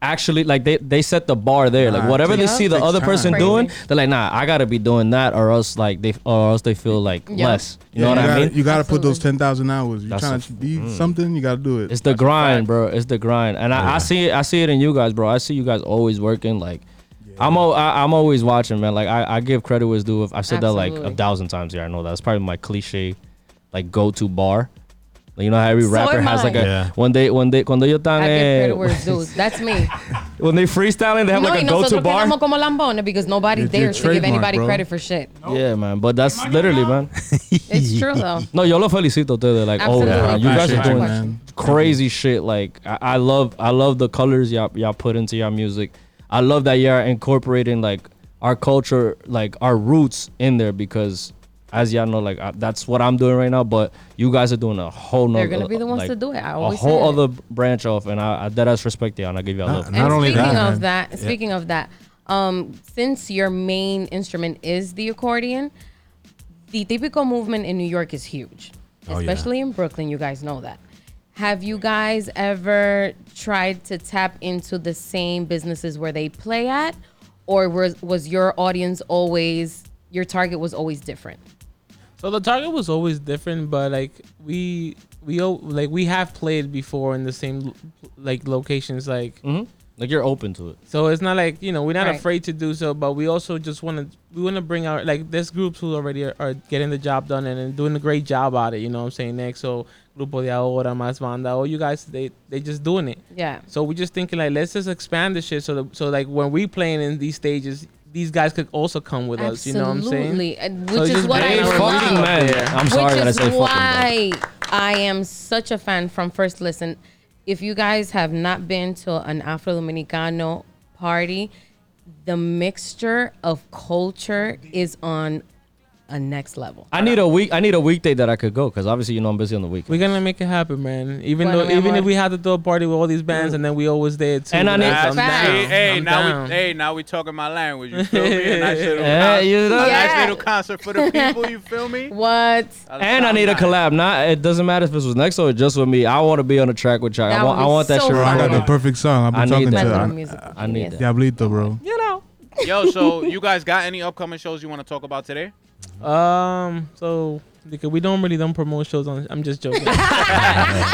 actually like they, they set the bar there like
Nah,
whatever they
takes-
see the
takes
other
time.
person
Crazy.
doing they're like nah i gotta be doing that or else like they or else they feel like
Yeah.
less you
Yeah,
know what
gotta,
i mean
You gotta put those
Absolutely.
ten thousand hours. You
That's
trying
a- mm.
to be something? You gotta do it.
it's the grind bro it's the grind and I, I see it i see it in you guys bro i see you guys always working like I'm al- I, am always watching, man. Like I, I give credit where it's due. I've said that like a
Absolutely.
thousand times here. I know that's probably my cliche, like go to bar. Like, you know how every rapper
am
has like
I.
a
Yeah.
when they when they cuando yo tan
I get
eh,
credit where it's due. That's me.
when they freestyling they have
no, y
like a go to
nosotros
bar.
quedamos como lambones because nobody
It's your
dares to give
trademark,
anybody
bro.
credit for shit.
Yeah, man. But that's literally, man.
It's true though.
No, yo lo felicito ustedes. Like,
Absolutely.
oh,
Yeah,
man, you guys are
Appreciate
doing
you,
Question.
man.
crazy shit. Like I, I love I love the colors y'all y'all put into your music. I love that y'all incorporating like our culture, like our roots in there because as y'all know, like I, that's what I'm doing right now. But you guys are doing a whole nother.
They're gonna be the ones
like,
to do it. I
a
always
whole
said it.
other branch off, and I, I that I respect y'all. And I give
Uh,
y'all love.
Not
and
only
speaking
that,
of that, speaking of that, um, since your main instrument is the accordion, the typical movement in New York is huge,
Oh, yeah.
especially in Brooklyn. You guys know that. Have you guys ever tried to tap into the same businesses where they play at, or was was your audience always your target was always different?
So the target was always different, but like we we al- like we have played before in the same like locations. Like
Mm-hmm. Like you're open to it.
So it's not like you know we're not
Right.
afraid to do so, but we also just want to we want to bring out like there's groups who already are, are getting the job done and, and doing a great job at it. You know what I'm saying? Next, so Grupo de Ahora, Mas Banda, all you guys they they just doing it.
Yeah.
So we're just thinking like let's just expand the shit so that so like when we playing in these stages, these guys could also come with us. You know what I'm saying?
Absolutely, and
So
which is
just
what I
bring our
love.
fucking men.
I'm sorry
which
that I
is
say fucking. but
why I am such a fan from First Listen. If you guys have not been to an Afro Dominicano party, the mixture of culture is on a next level.
I need a week. I need a weekday that I could go because obviously you know I'm busy on the weekend.
We're gonna make it happen, man. Even
Bueno,
though
mi
even
amor.
if we had to throw a party with all these bands and then we always there too.
And I need- That's
I'm
facts.
down.
hey,
I'm
now
down.
we hey now we talking my language. You feel me? A nice little,
Yeah,
con-
you know.
a nice
Yeah.
little concert for the people. You feel me?
What?
And I need a collab. Not it doesn't matter if this was next or just with me. I want to be on the track with y'all.
That
I want.
would
I
be
want that
so
shit.
Bro, I got
rolling.
the perfect song. I've
I
been
need
My
that.
talking
Yeah,
little
to
music.
I need that.
Diablito, bro.
You know.
Yo, so you guys got any upcoming shows you want to talk about today?
Um, so because we don't really don't promote shows on. I'm just joking.
Hey,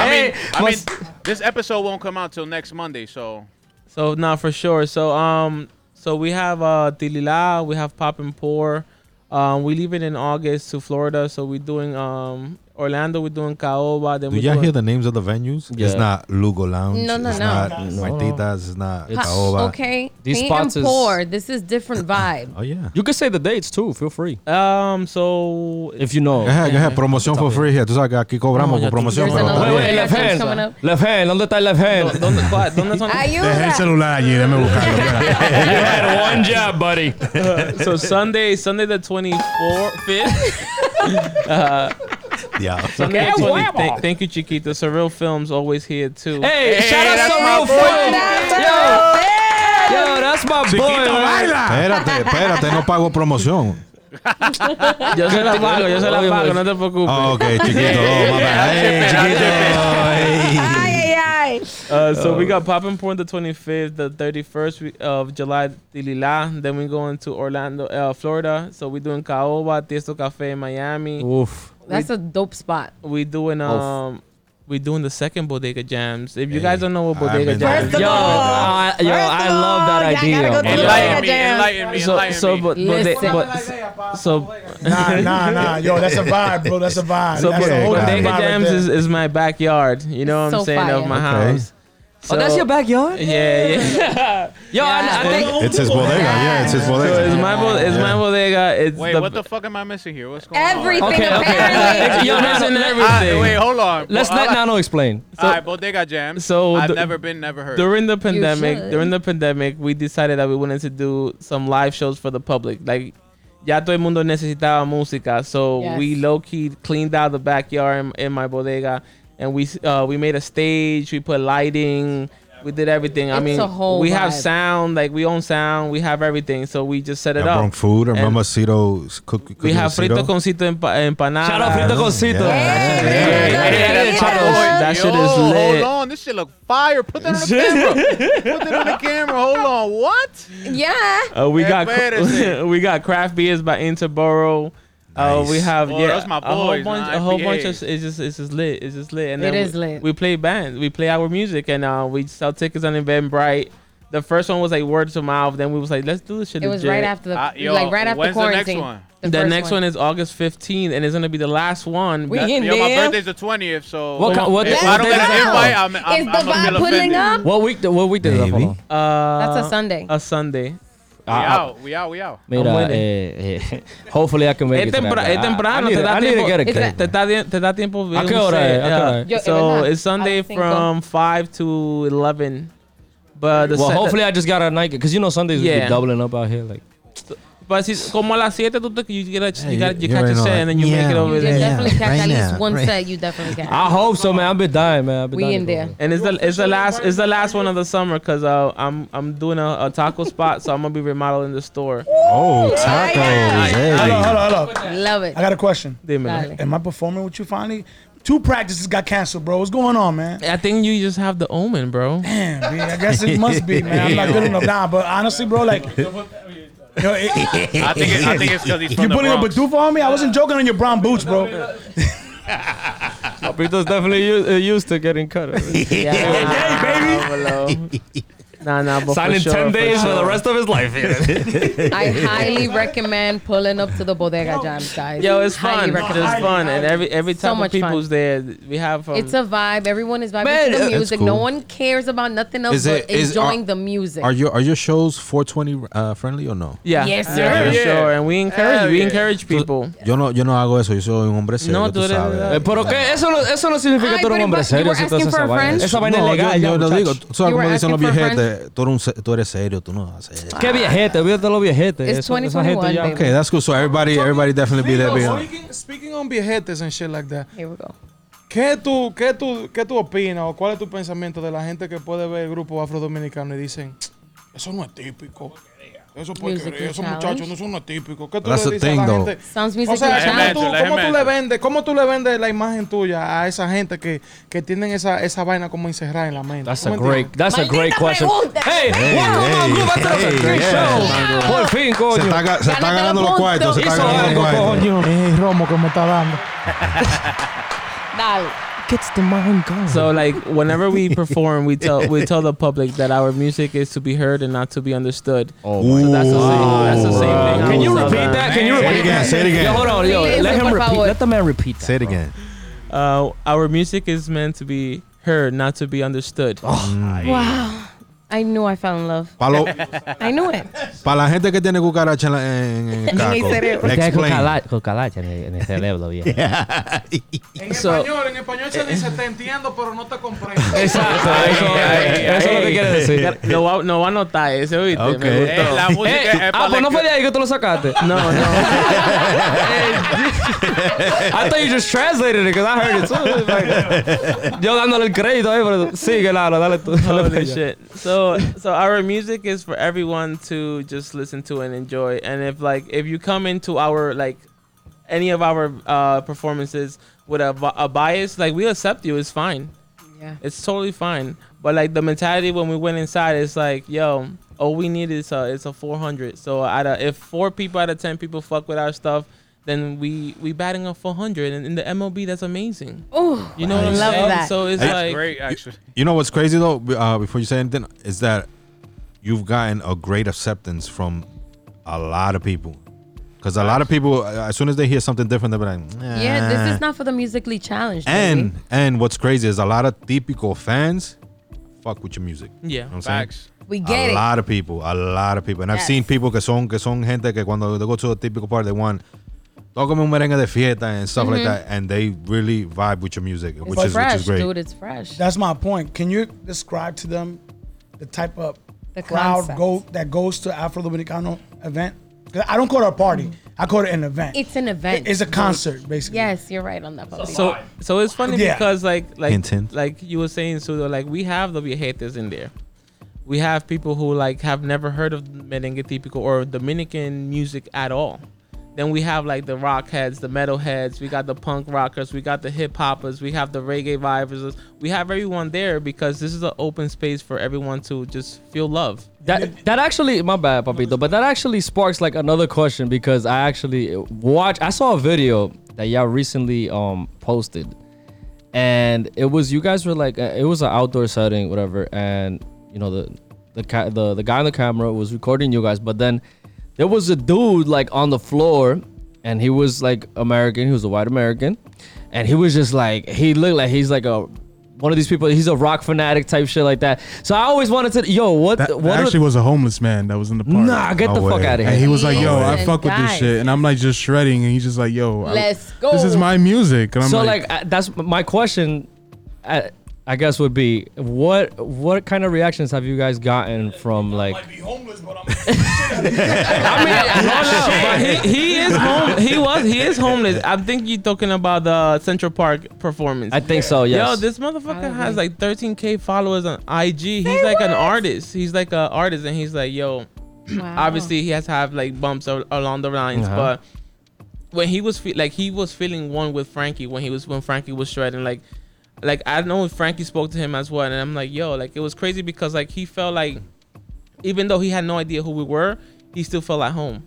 I mean,
must-
this episode won't come out till next Monday, so
so not for sure. So um, so we have uh Tilila, we have Pop and Pour. Um, we leaving in August to Florida, so we're doing um Orlando, we're doing Caoba. Then
Do
we
y'all
doing,
hear the names of the venues?
Yeah.
It's not Lugo Lounge.
No, no,
it's
no.
Not
No.
Martitas. It's not
It's-
Caoba.
Okay.
These
Paint and
spots is-
pour. This is different vibe.
Oh yeah.
you could say the dates too. Feel free
um, so
if you know.
Go ahead, go ahead. Promoción for free here. Tú sabes que aquí cobramos
Vamos, ya
por
tú-
promoción.
There's
Wait,
pero-
another
wait, wait,
left
left hand.
coming up.
Left hand. ¿Dónde está el left hand?
¿dónde, cuál- dónde son?
Dejé el
Ayuda.
celular allí, déjame buscarlo.
you had one job, buddy.
so Sunday, Sunday the 24th. fifth,
Yeah.
Sunday the 20th. Thank, thank you, Chiquita. Surreal Films always here too.
Hey, shout out
that's
to
my
real
boy.
friend. Yo, yo, that's my boy. man.
Espérate, espérate. No pago promoción.
Yo se la pago, yo se la pago, no te preocupes.
Oh, ok, chiquito. Oh, my bad. Hey, chiquito. Hey.
Ay, ay, ay.
Uh, so
Oh.
we got Poppin' Porn the 25th, the 31st we- of July, Tilila. Then we go into Orlando, uh, Florida. So we doing Caoba, Tiesto Cafe in Miami.
Oof.
That's a dope spot.
We doing um, we doing the second Bodega Jams. If you guys don't know what
I've
Bodega
been
Jams,
there.
First of
Yo,
all,
I, yo,
First
I
of
love that
all, y'all gotta go
idea.
to the
enlighten
Bodega
me,
Jams.
enlighten me,
so
enlighten
so
me.
but, but, they,
Listen.
but so
Nah, nah, nah. Yo, that's a vibe, bro. That's a vibe.
So
that's
Bodega
a whole different
Bodega
vibe right
Jams
there.
is, is my backyard. You know what
So
I'm saying? Of
fire.
my
Okay.
house. So,
Oh, that's your backyard?
Yeah, yeah.
Yo, I, I
Yeah.
think.
It's his bodega. Yeah, it's his
so it's
bodega.
my bo- it's my
Yeah.
bodega. It's
wait,
the,
what the fuck am I missing here? What's going
Everything
on?
Okay, okay.
apparently.
Yo,
You're
no,
missing
no,
everything.
Ah, wait, hold on.
Let's
Bo-
let
I-
Nano explain.
All right, Bodega Jam.
So
I've
the-
never been, never heard.
during the pandemic
should.
during the pandemic we decided that we wanted to do some live shows for the public like ya todo el mundo necesitaba música so
Yes.
we low-key cleaned out the backyard in, in my bodega and we s- uh, we made a stage we put lighting we did everything i
It's
mean
a whole
we have
vibe.
sound like we own sound we have everything so we just set it
I
up
brought food. I
And
remember Cito's cook.
we
cooking
have frito
Cito.
concito empa- empanada
Shout out Frito Concito.
Eh,
Yeah.
Hey,
Hey,
Frito
hey,
Concito.
that shit
Oh,
is- eh, that shit is
Yo,
lit.
Hold on, this shit look fire. Put that on the camera. Put that on the camera. Hold on. What?
Yeah.
Uh, we got
Espérese.
we got craft beers by Interboro. Uh, we
Nice.
have
Oh,
yeah,
that's my
a whole
boys,
bunch,
man.
a whole bunch
IPAs.
of it's just it's just lit, it's just lit, and
It
then
is
we,
lit.
we play bands, we play our music, and uh, we sell tickets on Eventbrite. The first one was like word to mouth, then we was like, let's do this shit.
It was
legit.
right after the
Uh, yo,
like right after
when's the next
quarantine.
one?
The,
first
next one. is August fifteenth, and it's gonna be the last one.
We
That-
in
Yo, my
there.
birthday's the twentieth, so
What, ki- what,
if
Let's
I don't
what,
get
go.
an invite, I'm,
is
I'm,
the
I'm gonna feel
vibe putting
offended.
up?
what week? What week did that? Hold
Maybe.
on.
uh,
That's a Sunday.
a Sunday.
Ah,
We out. We out. We out.
I'm
Mira,
with it.
eh, eh, hopefully I can make
Es
it. tonight,
tempra-
man.
es
I, I,
temprano,
need,
te
to-
da
I need to
tiempo.
get a cake.
It's
Te
man.
da, te da tiempo.
¿A qué
no
hora
sé,
es? ¿A qué hora es?
Yo, es
so
verdad.
it's Sunday
A las cinco.
from five to eleven. But the
Well,
se-
hopefully I just got a night because you know Sundays we
Yeah.
be doubling up out here. Like,
But see, como a las siete, tú te, you get a, you,
you-
got, you,
you
catch
already
a
know
set
that.
and then you make it
Yeah.
over
You
there.
did
Yeah,
definitely catch
right
at least
now,
one
right. Ah.
set. You definitely catch.
I hope so, oh, man. I've been dying, man. I've been
We
dying
in
to go,
there.
man.
And it's the it's the last it's the last one of the summer because uh, I'm I'm doing a, a taco spot, so I'm gonna be remodeling the store.
Oh, tacos.
Hold
Hey.
up, hold up, hold up.
Love it.
I got a question.
Dímelo.
Dale.
Am I performing with you finally? Two practices got canceled, bro. What's going on, man?
I think you just have the omen, bro.
Damn, B, I guess it must be, man. I'm not good enough now, but honestly, bro, like, yo, it-
I think it, I think it's because he's from
you
the
putting up a
Bronx.
doof on me? I wasn't joking on your brown boots, bro.
Brito's definitely used, uh, used to getting cut.
Yeah,
baby.
Pablo. uh, Nah, nah, but
Signing
for sure,
10 days for
sure.
the rest of his life.
I highly recommend pulling up to the bodega, John, guys.
Yo, it's
Highly
fun.
recommend.
It's fun, and every every
So
type
much
of
fun.
people's there. We have. Um,
It's a vibe. Everyone is vibing
Man,
to the
that's
music. No
uh, cool.
one cares about nothing else
Is
but
it- is-
enjoying
are-
the music.
Are your are your shows 420 uh, friendly or no?
yeah,
Yes,
yeah,
sir.
for
Yeah.
sure. And we encourage.
Hell
we
yeah.
encourage people.
Yo no yo no hago eso. Yo soy un hombre serio.
No, tú
tú
eres-
sabes.
eh,
Pero que eso no, eso no significa
Ay,
que
pero
tú eres un hombre
but you
serio.
were
Si tú
asking
haces
for
esa
a
vaina.
friend?
Esa vaina
no,
es legal.
yo, yo
ya,
lo digo.
muchacho.
Tú sabes
You
cómo
were
dicen los
asking for a friend?
viejetes. Tú eres, un, se- tú eres serio. Tú no haces eso.
Qué viejete, olvídate los viejetes.
It's
Eso- esa
2021,
gente ya-
baby.
Okay, that's cool. So everybody everybody definitely be there. be on.
Speaking, speaking on viejetes and shit like that.
Here we go.
¿Qué tú, qué, tú, ¿Qué tú opinas o cuál es tu pensamiento de la gente que puede ver el grupo afrodominicano y dicen, eso no es típico? Eso es
Musical
porquería, esos
challenge.
muchachos no son no típicos. ¿Qué tú
That's
le
the
dices
thing,
a la
though.
gente?
Sounds
O
music.
sea,
Imagine,
¿cómo, tú, cómo tú le
imagine.
vendes, ¿cómo tú le vendes la imagen tuya a esa gente que, que tienen esa, esa vaina como encerrada en la mente?
That's
¿Tú
a
me
great, that's a great
Maldita
question.
pregunta.
Hey,
Hey,
welcome
hey,
on Groove Atrás,
hey,
great
yeah.
show. Por fin,
Se está,
coño.
ga- se está
Gánate
ganando
los
los cuartos. Se
puntos.
está
Hizo
ganando
algo,
los cuartos.
entiendes? Ey, Romo, que me está dando.
Dale.
Gets the mind going.
So like whenever we perform, we tell we tell the public that our music is to be heard and not to be understood.
Oh
So that's the same. That's the same thing. I
Can you
always tell
repeat
them.
that? Can you
Say it
repeat
again,
that?
say it again.
Yo, hold on, yo.
Please,
Let him
por
repeat.
favor.
Let the man repeat
Say
that.
it again.
Uh, our music is meant to be heard, not to be understood.
Oh
Wow. I knew I fell in love.
Para
I knew it.
la gente que tiene cucaracha en, la- en, en el
En el
caco,
cerebro.
Explain.
cocalacha en el cerebro, viejo.
En
So-
español, en español se dice, te entiendo, pero no te comprendo.
Exacto. Eso
ay,
eso es lo que quiere decir.
No, va- no va a notar eso, ¿viste? Me
Okay.
gustó.
Eh, la música
Eh,
es
ah,
para
pues no
la-
fue de ahí que tú lo sacaste.
No, no.
I thought you just translated it because I heard it too. It's like- yo dándole el crédito ahí, pero sigue, Lara, dale tú. dale
Holy
tú.
shit. So so our music is for everyone to just listen to and enjoy. And if like if you come into our like any of our uh performances with a, bi- a bias, like we accept you, it's fine.
Yeah.
It's totally fine. But like the mentality when we went inside, it's like, yo, all we need is a it's a 400. So out of if four people out of ten people fuck with our stuff, then we we batting a 400. And in the MLB, that's amazing.
Oh,
You know what I'm
Love
saying?
that.
So it's
That's
like
great, actually.
You know what's crazy though? B- Uh, before you say anything, is that you've gotten a great acceptance from a lot of people. Because a lot of people, uh, as soon as they hear something different, they're like, eh.
yeah, this is not for the musically challenged.
And
baby.
and what's crazy is a lot of typical fans fuck with your music. You
yeah.
know what I'm saying?
Facts.
we
a
get it.
lot of people, a lot of people, and I've
Yes.
seen people que son que son gente que cuando they go to a typical party they want tócame un merengue de fiesta and stuff like that, and they really vibe with your music, which
Mm-hmm. it's
is
fresh,
which is great.
dude. It's fresh.
That's my point. Can you describe to them the type of
The
crowd
concept.
go that goes to Afro Dominicano event? 'Cause I don't call it a party. I call it an event.
It's an event.
It's a concert, basically.
yes, you're right on that. puppy.
So so it's funny
Yeah.
because like like
Hint, hint.
like you were saying Sudo, like we have the haters in there. We have people who like have never heard of merengue típico or Dominican music at all. Then we have like the rock heads, the metal heads, we got the punk rockers, we got the hip hoppers, we have the reggae vibers. We have everyone there because this is an open space for everyone to just feel love.
That that actually, my bad, Papito, but that actually sparks like another question because I actually watch. I saw a video that y'all recently um posted, and it was you guys were like uh, it was an outdoor setting, whatever, and you know the the ca- the the guy on the camera was recording you guys, but then there was a dude like on the floor, and he was like American, he was a white American, and he was just like he looked like he's like a one of these people. He's a rock fanatic type shit like that. So I always wanted to yo what
That, that
what
actually was a homeless man that was in the park.
Nah, get
No
the fuck
way.
out of
And
here.
he was like, "Yo, I
Listen,
fuck with
guys.
this shit," and I'm like just shredding, and he's just like, "Yo, I-
Let's
This is
go.
my music." And I'm
so
like,
like, I- that's my question. I, I guess would be what what kind of reactions have you guys gotten from like?
But he, he is home. He was. He is homeless. I think you're talking about the Central Park performance.
I think so. Yes.
Yo, this motherfucker has like 13k followers on IG. he's like an artist. He's like an artist, and he's like, yo.
Wow.
Obviously, he has to have like bumps al- along the lines,
Uh-huh.
but when he was fe- like he was feeling one with Frankie when he was when Frankie was shredding like like I know Frankie spoke to him as well and I'm like yo like it was crazy because like he felt like even though he had no idea who we were he still felt at home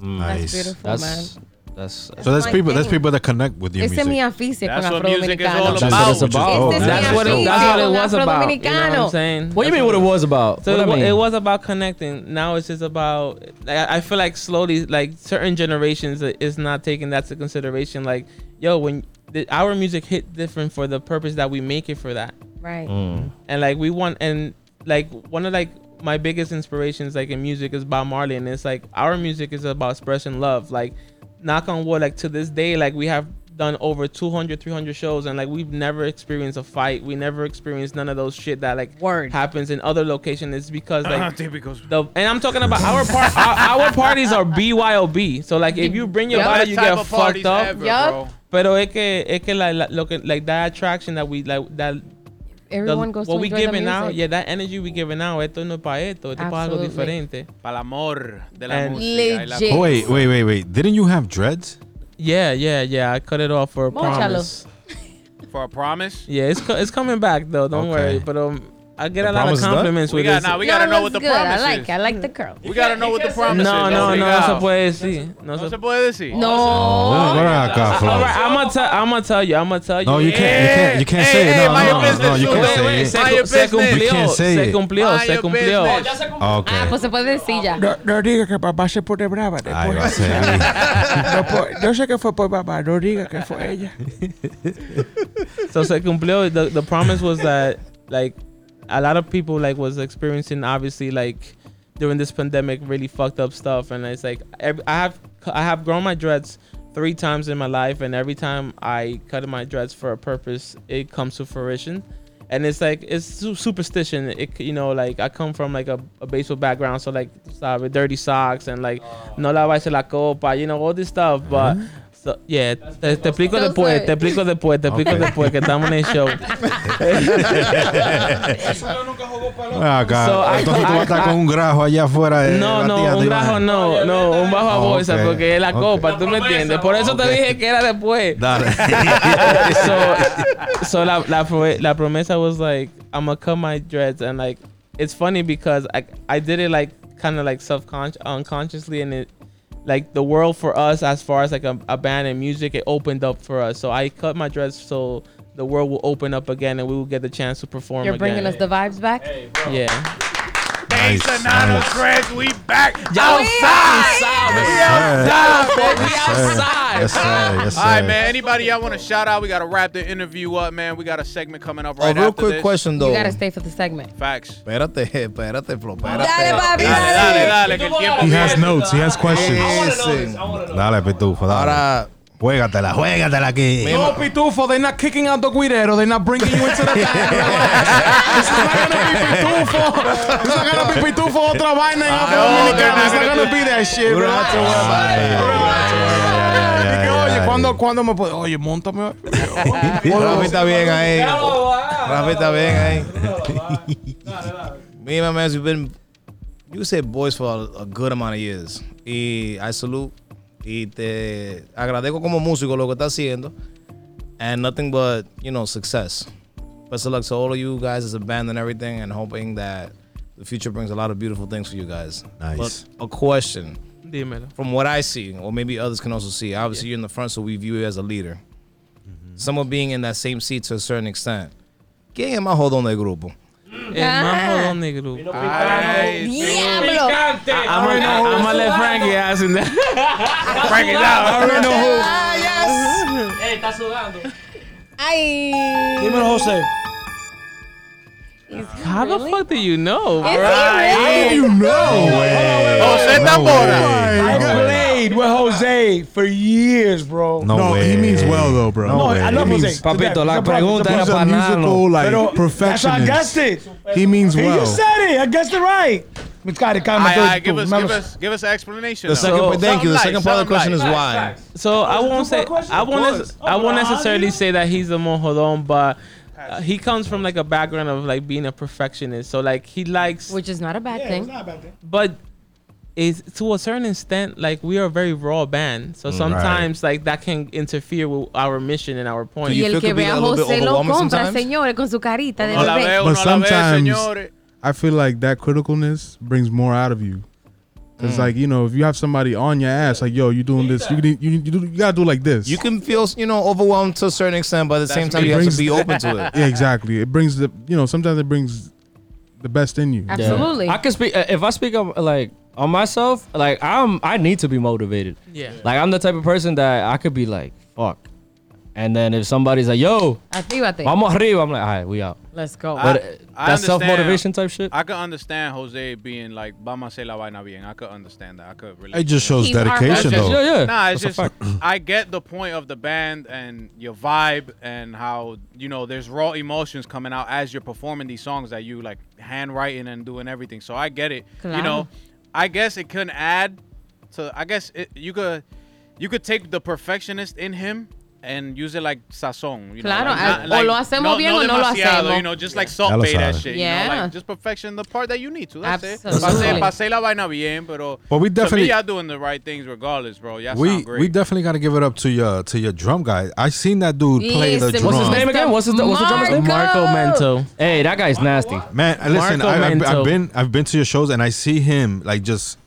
That's
Nice.
beautiful, man.
that's That's
So that's people. That's people that connect with your
Ese es
music.
mi aficio con
That's what
Afro
music is all
Dominicano.
about.
which is dope.
That's what it's about.
Ese es
That's
mi
what it,
aficio
that's what it
con
was
Afro
about. You know what I'm
Dominicano.
saying?
What do you mean? What it was about?
So
what
it,
I
wa-
mean?
it was about connecting. Now it's just about. Like, I I feel like slowly, like certain generations i- is not taking that to consideration. Like, yo, when the, our music hit different for the purpose that we make it for that,
Right.
Mm.
and like we want, and like one of like my biggest inspirations like in music is Bob Marley, and it's like our music is about expressing love. Like, knock on wood, like to this day, like we have done over 200 300 shows and like we've never experienced a fight we never experienced none of those shit that like
Word.
happens in other locations it's because like
Typical.
the, and I'm talking about our part. our, our parties are BYOB. So like, if you bring your
Yeah.
body, you
Best type
get
of
fucked
parties
up.
ever,
Yup.
bro.
Pero es que es que like, like look at like that attraction that we like that the,
Everyone goes to
what we
enjoy the
giving
music.
out. Yeah, that energy we giving out. Esto no es para esto. Esto es para algo
Absolutely.
diferente.
Pal amor de la
And-
música. y la-
Legit.
Oh, wait, wait, wait, wait. Didn't you have dreads?
Yeah, yeah, yeah. I cut it off for a
Móchalo.
promise.
For a promise.
Yeah, it's co- it's coming back though. Don't
Okay.
worry. But um, I get a
The
lot
promise
of
is done?
compliments
We
with
got
this.
now. We
No,
gotta know
looks
what the
good. I
promise
like.
is.
I like the curl.
We gotta know what the promise is.
no, no, no, no se
obligado.
puede decir. No,
No
se
se puede decir.
No.
Oh, what are I
All right, I'm gonna tell. I'm gonna tell you. I'm gonna tell you.
No, you can't. You can't. You can't
Hey,
say
hey,
it. No,
mind your
no, no, no.
business,
You
Sue.
can't
Wait,
say
wait, say-
it.
Mind your
Se
You
business.
cumplió.
can't say
Se
it.
cumplió.
Mind
Se
your
cumplió.
business.
Ah,
Okay.
pues se puede decir ya.
No, no diga que papá se pone brava
Ay, va a
después.
ser.
No po- yo sé que fue por papá, no diga que fue ella.
So se cumplió. The, the promise was that like a lot of people like was experiencing obviously like during this pandemic really fucked up stuff, and it's like every, I have I have grown my dreads three times in my life, and every time I cut my dreads for a purpose, it comes to fruition. And it's like it's su- superstition. It c- you know like I come from like a, a baseball background, so like sabe, dirty socks and like no lavarse la copa, you know all this stuff. But so, yeah, te, te explico
Those
después,
are-
te explico después, te explico
Okay.
después que estamos en el show.
Ah,
So,
acá.
I-
Entonces tú vas a estar con un grajo allá afuera. de
No,
la tía
no,
de
un bajo
Iván.
no, no, un bajo a
Oh,
bolsa
okay.
porque es la
Okay.
copa, tú me entiendes. Por eso te
Okay.
dije que era después.
Dale.
so, so la, la, pro- la promesa was like, I'm gonna cut my dreads, and like, it's funny because I, I did it like kind of like subconscious, unconsciously, and it, like the world for us as far as like a, a band and music, it opened up for us. So I cut my dreads so the world will open up again, and we will get the chance to perform.
You're
again.
bringing us the vibes back.
yeah.
Thanks,
Nice,
Anano
nice.
Dreads. We back.
Yes, sir.
We outside.
Yes, sir. Yes, sir.
All right, Ah. man. Anybody y'all want to shout out? We gotta wrap the interview up, man. We got a segment coming up right
a real
after
quick
this.
question though.
You gotta stay for the segment.
Facts.
Espérate, espérate, Flo, espérate.
Dale, papi,
Dale, dale, dale. Que el tiempo
He has
viene.
notes. He has questions.
Ese.
Dale, pitufo. Dale.
Ahora,
Juégatela, juégatela aquí.
Memo.
Oh, Pitufo, they're not kicking out the guidero. They're not bringing you into the It's not gonna be Pitufo. It's not gonna be Pitufo otra vaina en Afro Dominicana. It's not gonna be that shit, bro.
Ay, ay, ay,
Que,
ay, ay.
Oye, ¿cuándo, ¿cuándo me puedo? Oye, montame.
Rafi está bien ahí.
Ah,
Rafi está bien ahí. Me and my man's, we've been, you could say boys for a, a good amount of years. Y I salute y te agradezco como músico lo que estás haciendo. And nothing but, you know, success. Best of luck to all of you guys as a band and everything, and hoping that the future brings a lot of beautiful things for you guys.
Nice.
But a question
Dímelo.
from what I see, or maybe others can also see, obviously you're in the front, so we view you as a leader. Someone being in that same seat to a certain extent. ¿Quién es más jodón del grupo?
El más
Ah.
jodón del grupo.
Ay,
Diablo.
I'm gonna let Frankie ask him that.
Frank is out.
Ay.
Dímelo, José.
How the
Really?
fuck do you know?
Is he
bro?
really?
You know way.
José
No
Tambora.
way.
I
No way.
played with Jose for years, bro.
No,
No,
way.
he means well though, bro.
No,
No,
way.
I love
He
Jose.
means-
To death.
Papito, la
He's a brother.
pregunta era
He's a
para
musical
Nano.
like
Pero- That's how I guessed
perfectionist.
it.
He means
He
well.
just said it. I guessed it right. Me cara, cara,
All
me
right, all right,
doy-
give us,
me-
give us, give us an explanation.
The
though.
second,
Something
thank you. The
light,
second part of the question
something
is why.
light.
So I won't say
question?
I won't nec-
Of course.
I won't
Oh,
necessarily
yeah.
say that he's the more jodón, but uh, he comes from like a background of like being a perfectionist. So like he likes,
Which is not a bad
Yeah, it's
thing.
not a bad thing.
but is to a certain extent like we are a very raw band. So sometimes like that can interfere with our mission and our point.
you
Y el
feel
que
could be
vea a
a little bit
José lo compra,
overwhelming sometimes?
señores, con su carita de
No la
bebé.
veo,
But
no la veo,
sometimes-
señores.
I feel like that criticalness brings more out of you. Cause
Mm.
like you know, if you have somebody on your ass, like yo, you doing this, you need- you you, do, you gotta do like this.
You can feel, you know, overwhelmed to a certain extent, but at the same time, you have to be open to it.
Yeah, exactly. It brings the you know sometimes it brings the best in you.
Absolutely.
I can speak uh, if I speak of, like on myself, like I'm I need to be motivated.
Yeah.
Like I'm the type of person that I could be like, fuck. And then if somebody's like, yo,
Actívate.
vamos arriba, I'm like, all right, we out.
Let's go.
But uh,
I
that's
understand.
self motivation type shit.
I could understand Jose being like, vamos a hacer la vaina bien. I could understand that. I could relate.
It just shows
He's our
dedication,
president.
though.
Yeah, yeah.
Nah, it's
That's
just
a
I get the point of the band and your vibe and how you know there's raw emotions coming out as you're performing these songs that you like handwriting and doing everything. So I get it. You know,
Claro.
I guess it couldn't add to. I guess it, you could you could take the perfectionist in him. And use it like sazon, you
Claro,
know, like,
o lo hacemos bien o no lo
demasiado,
hacemos.
You know, just like salt
Ya lo
bay that
sabe.
shit. You know,
Yeah.
like just perfection the part that you need to. That's
Absolutely.
it. Pasé, pasé la vaina bien, pero.
But we
to me,
definitely-
y'all doing the right things regardless, bro. Y'all
We
sound great.
we definitely gotta give it up to your to your drum guy. I seen that dude play the
Listen,
drum.
What's his name again? What's his what's the drummer's name?
Marco Mento.
Hey, that guy's nasty.
Man, I- listen,
Marco
I, I've,
Mento.
I've been I've been to your shows and I see him like just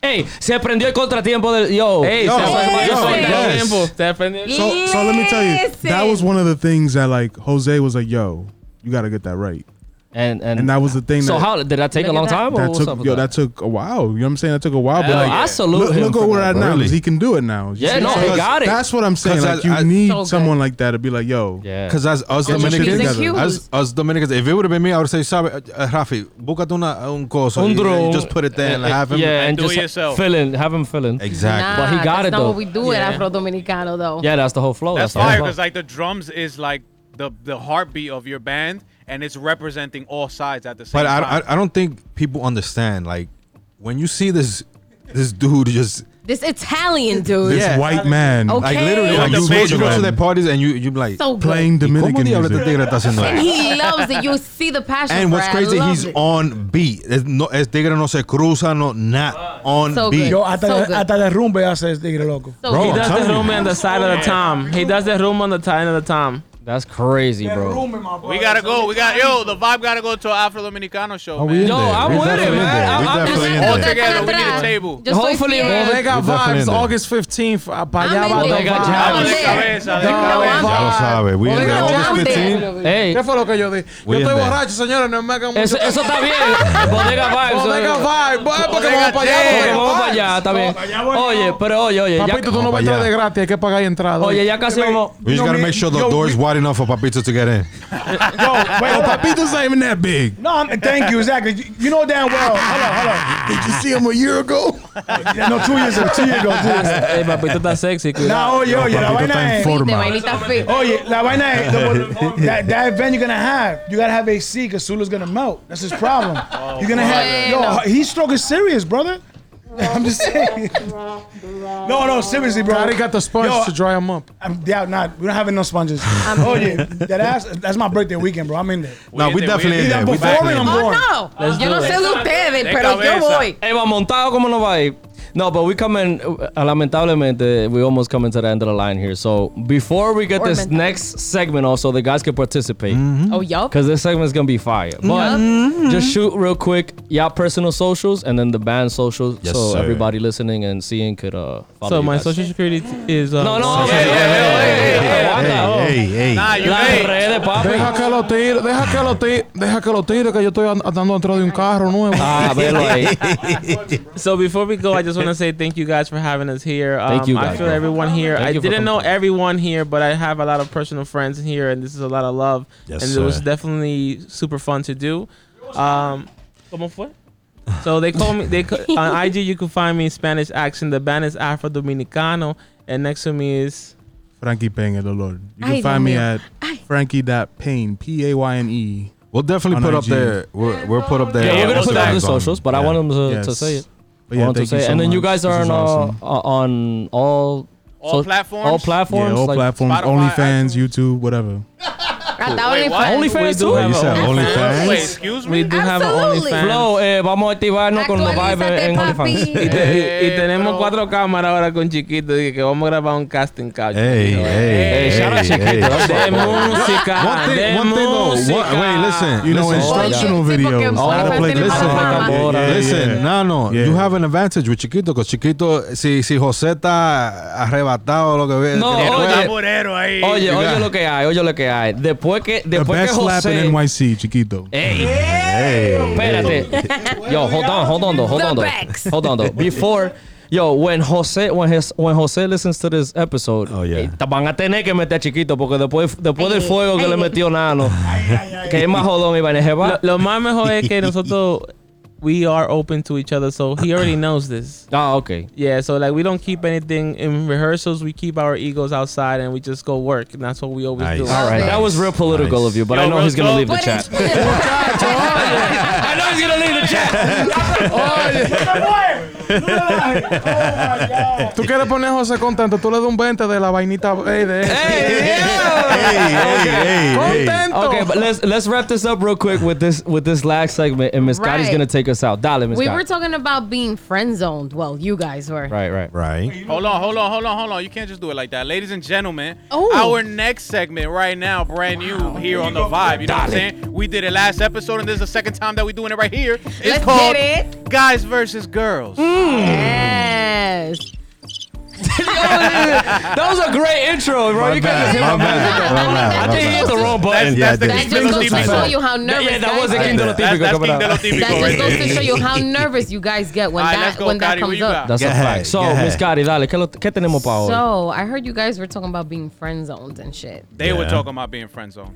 Hey, se prendió el contratiempo del yo.
Hey,
Yo,
that's
yo,
what- that's what-
yes.
example, Stephanie.
So, so let me tell you, that was one of the things that like Jose was like, "Yo, you got to get that right,"
And and,
and that was the thing
so
that
how did that take a
Look at that.
long time? or
that
what's up
took
with
yo that took a while. You know what I'm saying? That took a while, but
Yo,
like,
I salute
look,
him.
look
for
at where
that,
at
bro.
now.
Really?
He can do it now. You
Yeah,
see?
no, he
So that's-
got it.
That's what I'm saying.
'Cause
Like
I-
you
I-
need
So good.
someone like that to be like, "Yo,
Yeah.
because as us
your shit
Dominicans,
together.
as us Dominicans, if it would have been me, I would say, "Sabe, uh, Rafi, búscate una eh, un coso,
Un
you- you
drone.
just put it there and
Yeah,
have him."
Eh, yeah, and
Do it
just
yourself.
fill in, have him fill in.
exactly.
But he
Nah,
got
that's
it,
not
though.
what we do
Yeah.
in Afro Dominicano though.
Yeah, that's the whole flow.
That's
the whole
fire
flow.
because like the drums is like the the heartbeat of your band, and it's representing all sides at the same
But I,
time.
I I don't think people understand like when you see this this dude just
This Italian dude.
this
Yeah.
white man
Okay.
like literally
Like
like
the
you go, you go to
Benjamin.
their parties and you you like
So good.
playing
"¿Y
Dominican
¿Cómo diablo este
music."
tigre está haciendo
and
esto?
he loves it. You see the passion.
And
for
what's
it. I
crazy,
love
he's
it.
on beat. There's no, es tigre no se cruza, no, not on
So
beat.
good.
Yo,
So
hasta,
good.
hasta derrumbe hace el tigre loco.
So
Bro,
He
good.
I'm
does
telling
the
you.
room on the side of the tom. He does the room on the side of the tom.
that's crazy, bro.
we gotta go. We got yo. The vibe gotta go to an Afro Dominicano
Oh,
show, man.
Yo, I'm
Ah,
with it, man. I'm- I'm-
All
All together, we need a
Atrás.
table.
Yo soy
Hopefully,
fiel.
bro,
Bodega
We're definitely in
Vibes,
there.
August 15th. uh,
I'm
Pa' allá va
in
los
there.
Bodega
vibes.
I'm
De
there.
cabeza, de
You know
cabeza.
I'm
Ya lo
there.
sabe. We in there
Bodega
August
Vibes.
15.
Hey,
¿Qué fue lo que yo dije? Yo
We're
estoy
in there.
borracho, señores. No me hagan mucho
eso, eso está bien. Bodega vibes.
Bodega
eh.
Vibes. Voy porque
Bodega
vamos para allá.
Vibes.
Porque
Bodega
vamos para
Vibes.
allá, está bien.
allá voy
Oye,
yo.
pero oye, oye, ya,
Papito, tú no
Vamos
vas a entrar
allá.
de gratis. Hay que pagar entrada.
oye, ya casi vamos.
We just
No,
gotta
me-
make sure the
yo,
door is
we-
wide enough for Papito to get in.
Yo, wait,
oh,
hold on.
Papito's not even that big.
No, I'm, thank you, exactly. You, you know damn well. Hold on,
Did you see him a year ago?
hold on. Yeah, No, two years ago, two years ago. Two years ago.
Hey, papito está sexy.
Nah,
Cuidado.
oye, oye, la
Papito está
vaina
en
es.
De
forma.
vainita fit.
Oye, la vaina es. the- that, that event you're gonna have, you gotta have AC because Sula's gonna melt. That's his problem. you're gonna have. Yo,
Bueno.
heat stroke is serious, brother. I'm just saying. No, no, seriously, bro.
Daddy got the sponge
Yo,
to dry him up.
I'm yeah, not. We don't have enough sponges. Oh yeah, that ass. That's my birthday weekend, bro. I'm in there.
No, we
in there,
definitely
we
in
in
there.
Either
We
before and
definitely
I'm
in there.
going.
Oh no. Yo no sé de ustedes,
De
pero yo
cabeza.
voy.
Eva, montado, ¿cómo nos va a ir? No, but we come in, uh, lamentablemente, we almost come into the end of the line here. So before we get
Or
this
mental.
next segment also, the guys can participate.
Oh yup.
Because this segment's gonna be fire. But just shoot real quick, y'all personal socials and then the band socials.
Yes,
so
sir.
everybody listening and seeing could uh follow
So
you
my
guys.
social security t- is uh,
No, no,
one-
hey, hey, hey, hey, hey, aguanta.
Hey, hey, hey.
Nah, you
Las
late.
redes,
Deja
papi.
que lo tire, deja que lo tire, deja que lo tire, que yo estoy and- andando dentro de un carro nuevo.
Ah, velo ahí.
So before we go, I just want to say thank you guys for having us here. Um,
Thank you
I
guys,
feel
bro.
everyone here.
Thank
I
you for
didn't
coming
know
through.
everyone here, but I have a lot of personal friends here, and this is a lot of love.
Yes,
and it was
sir.
definitely super fun to do. Um, ¿Cómo fue? So they call me. They ca- on IG you can find me Spanish accent. The band is Afro Dominicano, and next to me is
Frankie Payne, the Lord. You can
Ay,
find me
Dios
at
mío. Ay.
frankie.payne, P A Y N E.
We'll definitely
On
put up
IG.
there. We'll we'll put up there. uh,
Yeah, we're gonna
what's
put up the
going on.
socials, but I
Yeah.
want them to, to
Yes.
say it.
But
I
yeah,
want them
thank
to
you
say it.
so
And then you
much.
guys
This
are
is
on uh,
awesome.
uh, on all
All platforms?
all platforms,
Yeah, all
like
platforms,
Spotify,
OnlyFans, YouTube, whatever.
Hasta OnlyFans.
OnlyFans
do
too?
have
You
a
said
OnlyFans.
OnlyFans?
Wait, excuse
We
me.
do have an
Absolutely.
OnlyFans.
Flow, eh, vamos a activarnos con los vibes
Actualízate,
en OnlyFans.
Y,
papi.
te- y- y
Eh,
tenemos
bro.
cuatro cámaras ahora con Chiquito y que vamos a grabar un casting couch.
Hey, hey,
Chiquito, eh.
hey,
shout out Chiquito. That's
De música,
One thing,
de
one thing though.
música.
What, wait, listen.
You know,
listen.
instructional
Sí, porque
videos.
Oh,
Ahora play-
tiene
listen,
más
calor.
Yeah,
Listen,
yeah.
no, no,
Yeah.
you have an advantage with Chiquito, because Chiquito, si, si José está arrebatado, lo que ve.
No,
que-
oye.
Tamborero ahí.
Oye, oye lo que hay, oye lo que hay. Después que,
The
después que
best slap in
José.
NYC, Chiquito.
Ey,
Hey.
espérate. Yo, hold on, hold on, though, hold
The
on, though.
backs.
hold on, though. Before, yo, when Jose, when his, when Jose listens to this episode,
Oh, yeah.
eh, te van a tener que meter chiquito porque después, después del
Ay,
fuego que
ay.
le metió Nano, que es más jodón y vaina, se
Lo,
va.
lo más mejor es que nosotros, we are open to each other, so he already knows this.
Ah, okay.
Yeah, so like we don't keep anything in rehearsals. We keep our egos outside and we just go work. And that's what we always
Nice.
do.
All
right.
That was real political
Nice.
of you, but
Yo,
I know
real
he's gonna
talk.
leave the
But
chat.
it's-
I know he's gonna leave the chat.
Tú quieres poner a José contento, tú le das un 20 de la vainita verde. ¡Contento!
Okay, but let's let's wrap this up real quick with this with this last segment, and Miss Scotty's
Right.
gonna take us out. Dale, Miss
we were
Scotty.
talking about being friend zoned. Well, you guys were.
Right, right.
Right.
Hold on, hold on, hold on, hold on. You can't just do it like that. Ladies and gentlemen,
Oh.
our next segment right now, brand new here on The Vibe. You know what I'm saying? We did it last episode, and this is the second time that we're doing it right here. It's
Let's
called
get it. Mm.
Guys versus Girls.
Yes.
That was a great intro, bro. you guys just hit my
My
bad.
bad, my
I
bad, my
think he hit
bad.
the wrong button.
Yeah,
That's, that's the
That
I did.
King
just
de lo
goes to show
Típico.
you how
Yeah,
nervous.
yeah, that
guys
was a
get.
King de lo
That's,
Típico
that's
coming
King de lo
out.
That
Típico
just
right
goes to
there.
show you how nervous you guys get when
All right,
that
let's go,
when that
Gotti. What
comes
you
up.
got?
That's
Go
a
ahead,
fact. So,
go ahead.
Miss Scotty, dale, ¿qué, lo- qué tenemos para hoy?
So I heard you guys were talking about being friend zoned and shit.
They were
Yeah.
talking about being friend zone.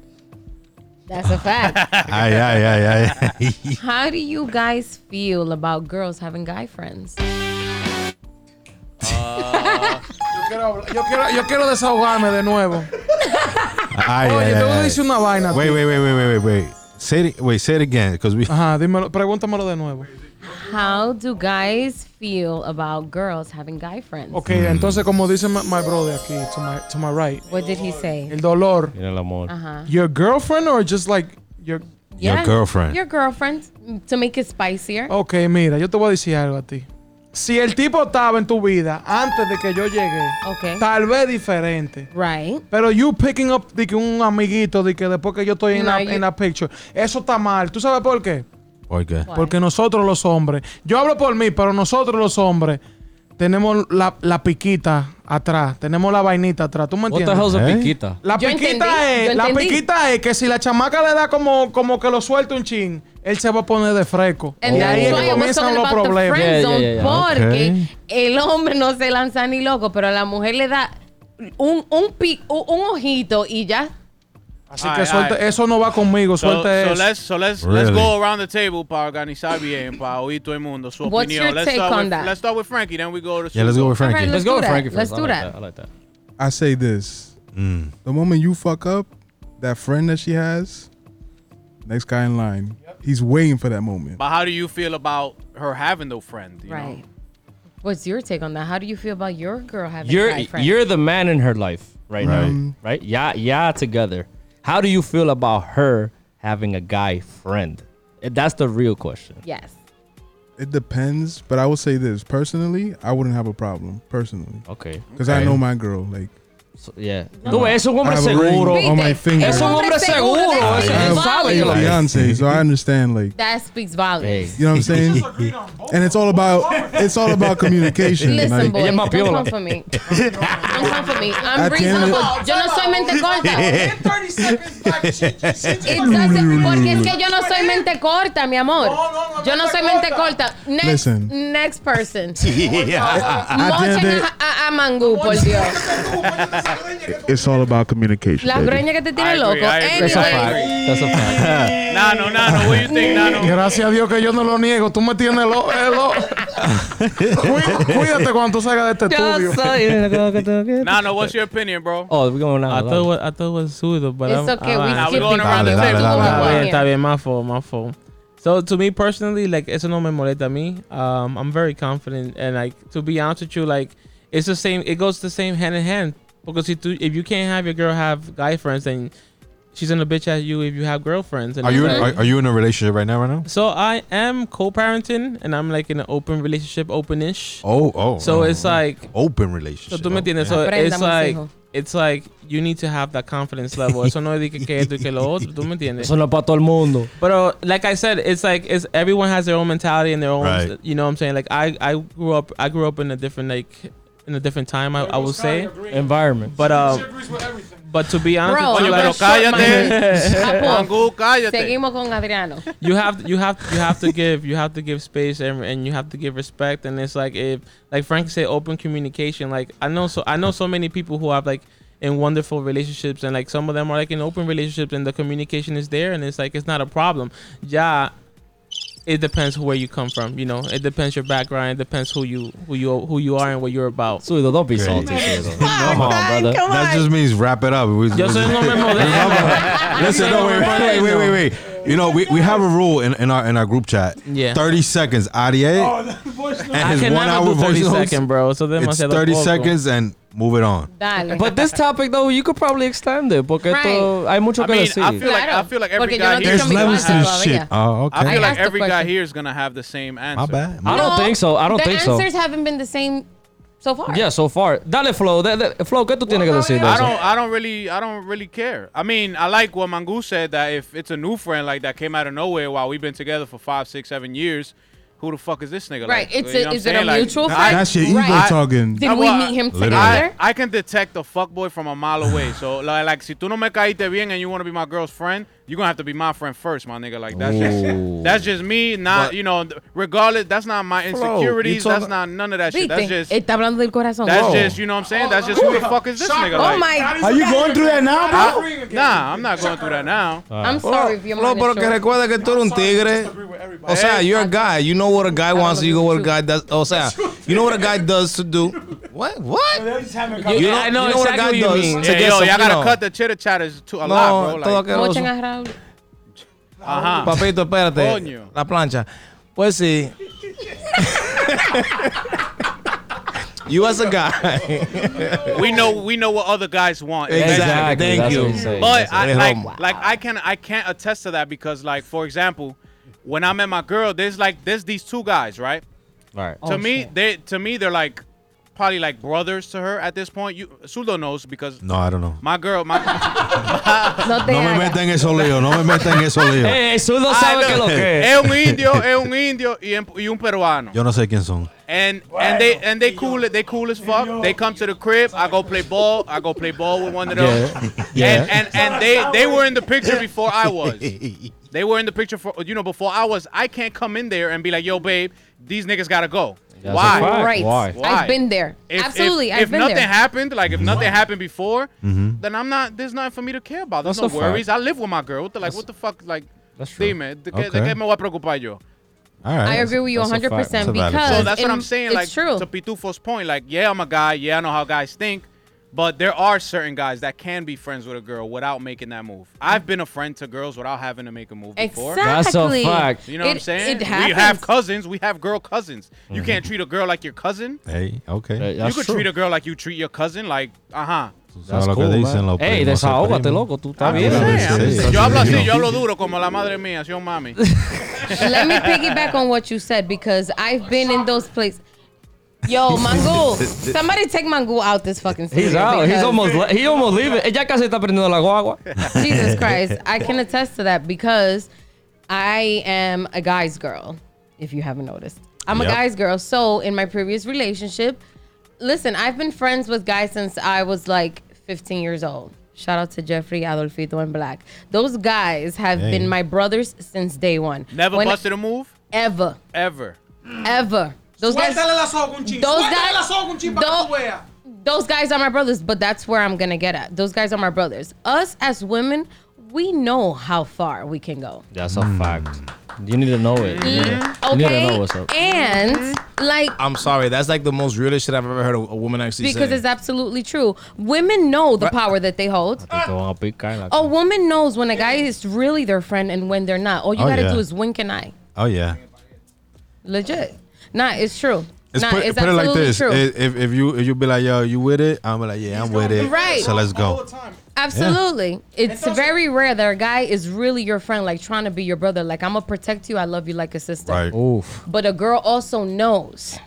That's a fact.
Ay, ay, ay, ay.
How do you guys feel about girls having guy friends?
Ah.
Uh,
Quiero- yo, quiero, yo quiero desahogarme de nuevo.
Ay, ay,
Oye, te voy a
ay,
decir una vaina. a
ay.
ti.
Wait, wait, wait, wait, wait, wait, wait. Say it, wait, say it again, because we.
Ajá, dímelo, pregúntamelo de nuevo.
How do guys feel about girls having guy friends?
Ok,
Mm.
entonces como dice my, my brother aquí, to my, to my right,
What did he say?
el dolor,
Mira el amor.
Uh-huh.
your girlfriend or just like your...
Your girlfriend.
Your girlfriend to make it spicier.
Ok, mira, yo te voy a decir algo a ti. Si el tipo estaba en tu vida antes de que yo llegue,
Okay.
tal vez diferente.
Right.
Pero you picking up de que un amiguito de que después que yo estoy en,
No,
la,
you-
en la picture, eso está mal. ¿Tú sabes por qué?
¿Por qué?
Why?
Porque nosotros los hombres, yo hablo por mí, pero nosotros los hombres tenemos la, la piquita atrás, tenemos la vainita atrás, ¿tú me
What the
entiendes?
hell's a
¿Eh?
piquita?
La
Yo
piquita
entendí, yo
es, la
entendí.
piquita es que si la chamaca le da como, como que lo suelta un chin, él se va a poner de fresco.
And
y
that's
ahí es
why
que
I was
comienzan
talking
los
about the
problemas.
Yeah,
friend
yeah,
zone,
yeah, yeah.
porque
Okay.
el hombre no se lanza ni loco, pero a la mujer le da un, un, pi- un, un ojito y ya.
Así
Ay,
que suelte-
ay.
eso no va conmigo,
So,
suelte eso.
so let's so let's let's
Really?
go around the table para organizar bien, para oír todo el mundo su
What's
opinión.
your
let's
take
start
on
with,
that?
Let's start with Frankie, then we go to.
Yeah, let's go with
All right,
Frankie.
let's-
Let's go
do
with
that.
Frankie first.
Let's
I
do
like
that.
I like that.
I say this.
Mm.
The moment you fuck up, that friend that she has, next guy in line, he's waiting for that moment.
But how do you feel about her having no friend? you know?
Right. What's your take on that? How do you feel about your girl having
You're
guy friends?
you're the man in her life right, now,
Right.
right? Yeah, yeah. Together, how do you feel about her having a guy friend? Eh, That's the real question.
yes.
It depends, but I will say this personally, I wouldn't have a problem personally
Okay.
because
Okay.
I know my girl. Like
So, yeah. No, way, es un hombre
I have a ring
seguro.
on my finger.
Es un hombre seguro.
that's
Eso
I have
él sabe que
a
lo
volumes.
es.
fiance, so I understand. Like
That speaks volumes.
Hey.
you know what I'm saying, and it's all about it's all about communication.
Listen,
like,
boy,
Ella es
don't
más piola.
come for me. don't come for me. I'm
At the end of
reasonable.
the-
Yo no soy mente corta. It doesn't- porque es que yo no soy mente corta, mi amor. yo no soy mente corta. Next,
Listen.
next person.
at the end of the
Mochen
day,
a, a, a Mangú, por Dios.
it's all about communication.
La
baby.
breña que te
I
tiene
agree,
loco.
I agree,
That's a
I
fact.
agree.
Anyway,
That's a fact.
Nano, Nano, what do you think, Nano?
Gracias a Dios que yo no lo niego. Tú me tienes lo... eh, lo- Cuí- Cuídate cuando tú salgas de este estudio.
Nano, what's your opinion, bro?
Oh, we're going
I
out.
thought it was, I thought it was Sudo, but
It's
I'm,
okay.
I'm,
Nah,
We
we're
skip
going around the
Dale, dale,
Está
dale,
table.
dale.
bien,
it.
está bien, my fault, my fault. So to me personally, like eso no me molesta a mí. Um, I'm very confident and like to be honest with you, like it's the same. It goes the same hand in hand because if, you- if you can't have your girl have guy friends, then she's gonna bitch at you if you have girlfriends. And
Are
it's
you in,
like-
are, are you in a relationship right now? Right now?
So I am co-parenting and I'm like in an open relationship, open-ish.
Oh, oh.
So
oh.
it's like
open
So
relationship.
tú me entiendes. So
Aprenda,
it's
mis
like
hijos.
it's like you need to have that confidence level. Eso no es de que que esto y que lo otro. Tú me entiendes.
Eso no es para todo el mundo.
But like I said, it's like it's everyone has their own mentality and their own.
Right.
You know what I'm saying? Like I I grew up I grew up in a different like in a different time. I, I will say.
Environment.
But um, but to be honest,
Bro,
with you,
I'm
like,
gonna shut my- Chapo,
Eh, Mangú, cállate.
Seguimos con Adriano.
you have you have you have to give you have to give space and, and you have to give respect and it's like if like Frank said open communication like I know so I know so many people who have like in wonderful relationships and like some of them are like in open relationships and the communication is there and it's like it's not a problem yeah it depends where you come from you know it depends your background it depends who you who you who you are and what you're about
Suido, don't be
Great.
salty. Suido. Come on, brother.
That just means wrap it up. We-
yo soy un hombre moderno
Listen, no, wait, wait, wait, wait, wait, wait. You know, we, we have a rule in, in our in our group chat.
Yeah.
Thirty seconds. Adier
Oh, that voice note.
and
I
his
can
one
never
hour
do
voice
30
notes.
second, bro so
It's
demasiado
thirty
poco.
seconds and move it on.
Dale.
But this topic though, you could probably extend it porque esto, hay mucho
I
que
mean, I
decir.
feel like I
Claro,
feel like every
porque yo no
guy
te
here.
There's levels to this shit.
Oh, okay.
I feel like
asked the
every guy
question.
here is gonna have the same answer.
My bad.
I don't think so. I don't
the
think so.
answers haven't been the same so far.
Yeah, so far. Dale, Flo. da- da- Flo, ¿qué tú tienes que decir de
I
eso?
don't. I don't really. I don't really care. I mean, I like what Mangu said that if it's a new friend like that came out of nowhere while we've been together for five, six, seven years, who the fuck is this nigga?
Right.
Like,
It's
you
a,
know what
is
I'm
it a
saying? Like,
mutual
I-
friend?
That's your ego
Right.
talking.
Did we
Well,
meet him
literally.
I,
together?
I can detect a fuckboy from a mile away. So like, like, si tú no me caíste bien and you want to be my girl's friend, you're gonna have to be my friend first, my nigga. Like that's
Ooh.
just that's just me. Not
But-
you know. th- Regardless, that's not my insecurities.
talk-
that's not none of that shit. That's
Viste,
just
está hablando del corazón.
that's just you know what I'm saying. That's just who the fuck is this nigga?
Oh
Like,
my.
Are you going through that now, bro?
Nah, I'm not going through that now. Uh,
I'm sorry if your
No,
mind is
pero que
short.
recuerda que tú eres un tigre. O sea, you're a guy. You know what a guy wants. You know what a guy does. O sea, you know what a guy does to do. What? What?
They're just having a
You-
You
conversation.
know,
I know
you know what a
exactly
guy
what you
does
mean.
to
Yeah,
get
yo,
some-
y'all
you
gotta
know.
cut the chitter chatter to a
No,
lot, bro.
todo
Like,
aqueroso.
Mochen a Raúl.
ajá.
Papito, espérate.
Coño.
La plancha. Pues sí. you as a guy.
we know we know what other guys want.
exactly. Thank
that's
you.
what I'm saying.
But I
At
like,
home.
like I can I can't attest to that because like for example, when I met my girl, there's like there's these two guys, right?
All right.
to me, they to me they're like probably like brothers to her at this point. You Sudo knows because
No, I don't know.
my girl, my
No te
No me
hagas.
meta en eso, Leo. No me meta en eso, Leo.
Hey, Sudo
Ah,
eh, sabe
no.
que lo que es.
es un indio, es un indio y, en- y un peruano.
Yo no sé quién son.
And and they and they cool it, they cool as fuck. They come to the crib. I go play ball. I go play ball with one of them.
Yeah.
And, and and they they were in the picture before I was. They were in the picture for you know before I was. I can't come in there and be like, yo, babe, these niggas gotta go.
That's a fact.
Why?
Right.
Why?
Why?
I've been there.
If-
Absolutely.
If,
I've
if
been
nothing
there.
happened, like if nothing happened before,
Mm-hmm.
then I'm not. There's nothing for me to care about. There's
That's
no
a fact.
worries. I live with my girl. What the, like what the fuck? Like,
That's true.
dime, ¿de qué, de
Okay.
qué me voy a preocupar yo?
All right.
I agree with you
That's a
100
fact.
That's a
percent
valid
because
point.
So that's what
and
I'm saying.
It's
Like
true.
to Pitufo's point, like yeah, I'm a guy. Yeah, I know how guys think, but there are certain guys that can be friends with a girl without making that move. I've been a friend to girls without having to make a move before.
That's a
Exactly.
fact.
You know what I'm
It-
saying?
It
we have
happens.
cousins. We have girl cousins.
Mm-hmm.
You can't treat a girl like your cousin.
Hey, okay.
you could treat a girl like you treat your cousin. Like, uh huh.
Tú sabes lo que dicen los
Ey,
primos se
desahógate,
priman.
loco. Tú estás
Sí,
Yo
bien.
sí, sí.
hablo
Sí,
así,
no.
yo hablo duro como la madre mía, si un mami.
Let me piggyback on what you said because I've been in those places. Yo, Mangu, somebody take Mangu out this fucking.
He's
studio
out. He's
because-
almost. le- He almost leaving. Ella casi está prendiendo la guagua.
Jesus Christ, I can attest to that because I am a guy's girl. If you haven't noticed, I'm
Yep.
a guy's girl. So in my previous relationship, listen, I've been friends with guys since I was like 15 years old. Shout out to Jeffrey, Adolfito, and Black. Those guys have
Hey.
been my brothers since day one.
Never
When-
busted a move
ever,
ever.
ever. Those guys.
Suéltale la soga un chin.
Those
Suéltale
guys-
la soga un chin para que
Those-
tú veas.
those guys are my brothers, but that's where I'm gonna get at. Those guys are my brothers. Us as women, we know how far we can go. E-
That's a fact. You need to know it. Yeah. You need to know
Mm, Okay.
what's up.
And like
I'm sorry. That's like the most realest shit I've ever heard a, a woman actually say.
because it's absolutely true. Women know the power that they hold.
Te van a picar en la
A
cara.
woman knows when a guy is really their friend and when they're not. All you
Oh,
gotta
yeah.
do is wink an eye.
Oh yeah.
Legit. Nah, it's true.
It's
nah,
put,
it's
put it
absolutely
like this.
true.
If, if if you if you be like yo, you with it, I'm like yeah, I'm with it.
Right.
So let's go.
I Absolutely. It's very rare that a guy is really your friend, like trying to be your brother. Like, I'm going to protect you. I love you like a sister.
Right. Oof.
But a girl also knows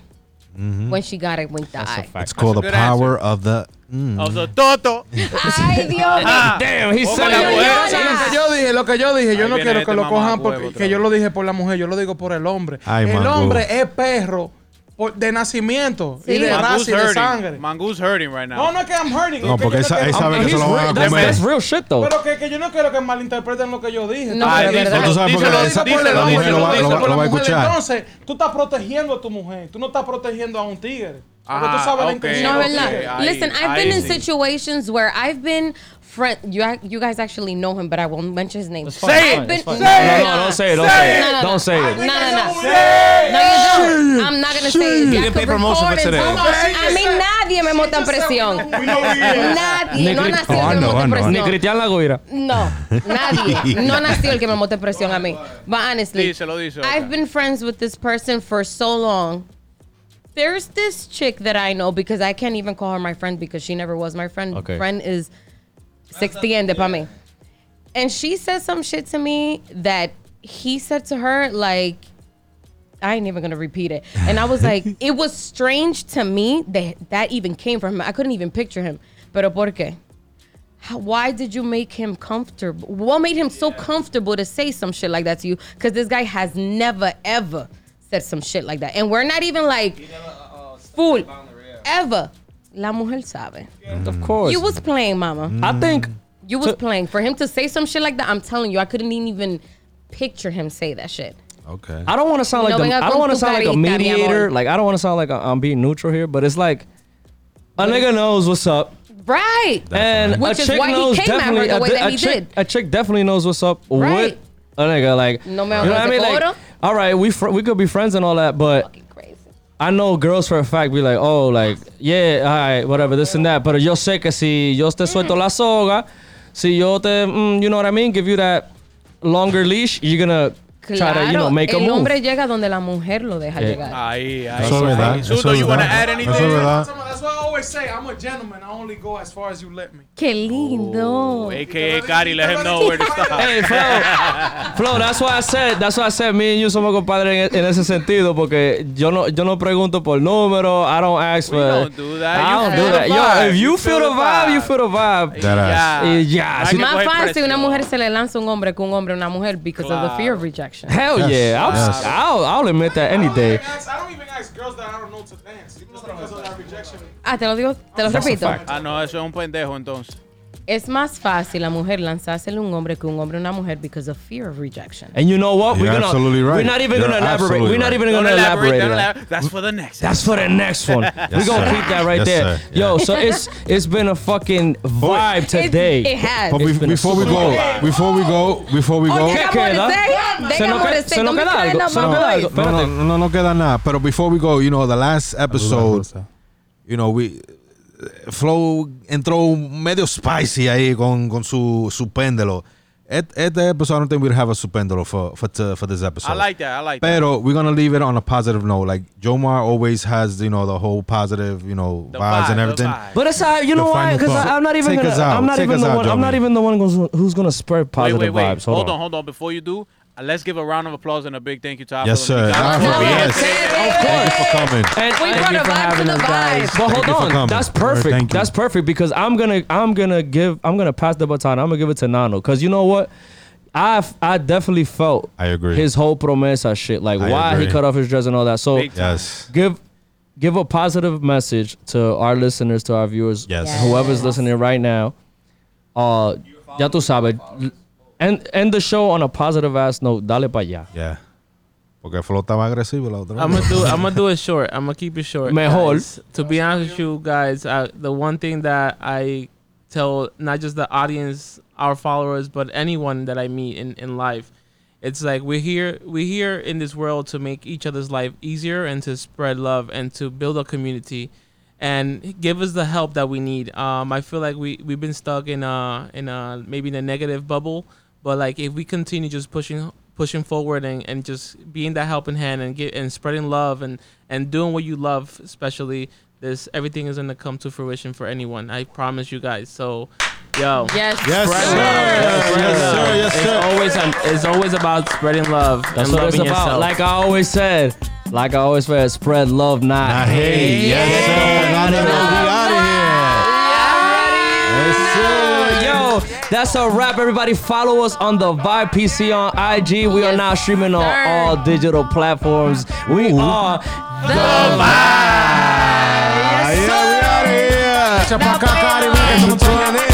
when she got it winked the eye.
It's called the power of the. Mm.
Of the Toto.
Ay, Dios mío.
Damn, he
Oh
said
my
that
God.
word.
Eso es lo que yo dije, lo que yo dije. Yo
Ahí
no
viene
quiero
este
que lo
mamá
cojan
huevo
porque
otra
que
vez.
yo lo dije por la mujer, yo lo digo por el hombre.
Ay,
el
mangú.
hombre es perro por- de nacimiento y
Sí.
de
Mangu's
raza y de
hurting.
sangre.
Mangu's hurting right now.
No, no es que I'm hurting.
No,
es que
porque él,
yo no
sa- él
quiero-
sabe que
He's
se lo van
real-
a
that's,
comer.
that's real shit, though.
Pero que, que yo no quiero que malinterpreten lo que yo dije.
No,
Está
de
bien.
verdad.
Tú sabes por qué
Lo
la-
dice
la-
por el
díselo,
la mujer
hombre,
díselo,
lo va-
dice
lo va- lo
por la
va a
mujer.
escuchar.
Entonces, tú estás protegiendo a tu mujer. Tú no estás protegiendo a un tigre. Porque
Ajá,
tú sabes la
Ah, ok.
intención
No,
de los
verdad.
tigres.
Ahí-
Listen, I've been
ahí
in
sí.
situations where I've been friend. You, ac- you guys actually know him, but I won't mention his name.
fine, it's
I've been.
fine.
No,
No, no, don't say it. Don't say it. Don't say it.
No, no, no. No, you don't. I'm not gonna say it.
didn't pay promotion for today.
A mí nadie me monta en presión. Nadie. No
Negri-
nació
Oh,
el que me
ando,
monta en
ando,
Ni
presión.
Cristian Lagoira.
No, nadie. No nació el que me monta en presión a mí. But honestly,
Díselo, díselo.
I've been friends with this person for so long. There's this chick that I know because I can't even call her my friend because she never was my friend.
Okay.
Friend is 60 and de pa' mí. And she said some shit to me that he said to her, like, I ain't even gonna repeat it. And I was like, it was strange to me that that even came from him. I couldn't even picture him. Pero por qué? How, why did you make him comfortable? What made him so comfortable to say some shit like that to you? Because this guy has never ever said some shit like that, and we're not even like full ever. La mujer sabe.
Mm. Of course. Mm.
You was playing, mama.
I think
You was
So-
playing. For him to say some shit like that, I'm telling you, I couldn't even picture him say that shit.
Okay.
I don't want to sound like
No
the,
venga
I don't
con
want to
tu
sound like a
carita, mi amor.
mediator. Like I don't want to sound like i I'm being neutral here, but it's like a nigga knows what's up,
Right.
and
Which
a
is
chick
why he
knows
came at her
definitely
the
a
way
di-
that
a
he
chick-
did.
A chick definitely knows what's up
Right.
with a nigga. Like
No me
you know what I mean?
acuerdo.
Like, all right, we fr- we could be friends and all that, but
Fucking crazy.
I know girls for a fact be like, oh, like yeah, all right, whatever, this and that. But yo sé que si yo
Mm.
te suelto la soga, si yo te, mm, you know what I mean, give you that longer leash, you're gonna try to you
Claro,
know make a
el
move.
hombre llega donde la mujer lo deja
Eh,
llegar.
Ahí, ahí.
Eso es verdad. Eso es
Suso, you wanna add
verdad.
anything?
Eso es verdad.
That's why I always say, I'm a gentleman. I only go as far as you let me.
Qué lindo.
Ooh, AKA Gotti, let him know where to stop.
Hey, Flo, Flo, that's why I said, that's why I said me and you somos compadres en, en ese sentido, porque yo no, yo no pregunto por número, I don't ask for.
We don't do that.
I
You
don't
feel
do
the
that.
vibe.
Yo, if you, feel the vibe,
You
you feel the vibe.
That ass.
Eh, ya,
No hay
si-
que
Más
coger
fácil una
presión.
mujer se le lanza un hombre que un hombre a una mujer because of the fear of rejection.
Hell
Yes,
yeah, I'll,
yes.
I'll, I'll admit that any day.
I don't even ask girls that I don't know to dance. Just because of that rejection.
Ah, te lo digo, te lo
That's a
repito.
fact.
Ah, no, eso es un pendejo entonces.
Es más fácil la mujer lanzársele un hombre que un hombre a una mujer because of fear of rejection.
And you know what?
You're
we're gonna,
absolutely right.
we're not even
You're
gonna elaborate.
absolutely
We're not
right.
even
Don't
gonna
elaborate,
elaborate.
don't
on that.
elab- That's for the next.
That's for the next one. We're gonna
sir.
keep that right
Yes,
there.
sir.
Yo, so it's it's been a fucking vibe today.
It, it has.
But
It's
be-
been a
before we
super
go, before we go, before we
Oh,
go.
they got more to
queda?
say. They
Se
got
nos
more
que-
to say.
se nos
Don't be
queda
crying
algo,
out
se nos
my
queda
voice.
algo.
No, no, no, no queda nada. Pero before we go, you know, the last episode, you know, we Flow entró medio spicy ahí con, con su, su péndulo. Et- Este episode, I don't think we'll have a su péndulo for, for, t- for this episode.
I like that. I like that.
Pero we're gonna leave it on a positive note. Like Jomar always has, you know, the whole positive, you know,
The
vibes
vibe,
and
the
everything.
vibe.
But it's all, you know
The
why?
final
Because
thought.
I'm not even
Take
gonna,
us out.
I'm not
Take
even
us
the
out,
one. I'm not
Johnny.
even the one who's, who's gonna spread positive
wait, wait, wait.
vibes. Hold,
hold
on.
on. hold on. Before you do, uh, let's give a round of applause and a big thank you to our
Yes,
fellow
sir.
Dominicans.
Afro, yes.
Yes.
Thank you for coming.
And,
We
and-
brought a vibe to the vibe.
But
Thank you for
hold on,
coming.
that's
All right,
perfect.
thank you.
that's perfect because I'm gonna I'm gonna give I'm gonna pass the baton. I'm gonna give it to Nano because you know what, I I definitely felt
I agree.
his whole promesa shit like
I
why
agree.
he cut off his dress and all that. So
Big time.
Yes.
give give a positive message to our listeners, to our viewers,
Yes.
Yes.
whoever's listening right now. Uh, ya tú sabes, end end the show on a positive ass note. Dale pa allá.
Yeah. Porque Flow estaba agresivo la otra
I'm
vez.
gonna do. I'm gonna do it short. I'm gonna keep it short.
Mejor.
guys. To be honest with you guys, uh, the one thing that I tell not just the audience, our followers, but anyone that I meet in in life, it's like we're here. We're here in this world to make each other's life easier and to spread love and to build a community, and give us the help that we need. Um, I feel like we we've been stuck in a in a maybe in a negative bubble, but like if we continue just pushing pushing forward and, and just being that helping hand and get and spreading love and and doing what you love especially this everything is going to come to fruition for anyone i promise you guys so Yo.
Yes.
Yes, sir. Yes, sir. It's always it's always about spreading love
That's
and
what it's
loving
about.
yourself.
Like I always said, like I always said, spread love, not
I
hate.
hate. Yes, sir. Not even we out of here.
Yo, that's a wrap, everybody. Follow us on the Vibe PC on IG. We are now streaming on
sir.
all digital platforms. We are
Yes, sir. Yeah, we out of here.
Echa pa' acá, Cari, que estamos todavía.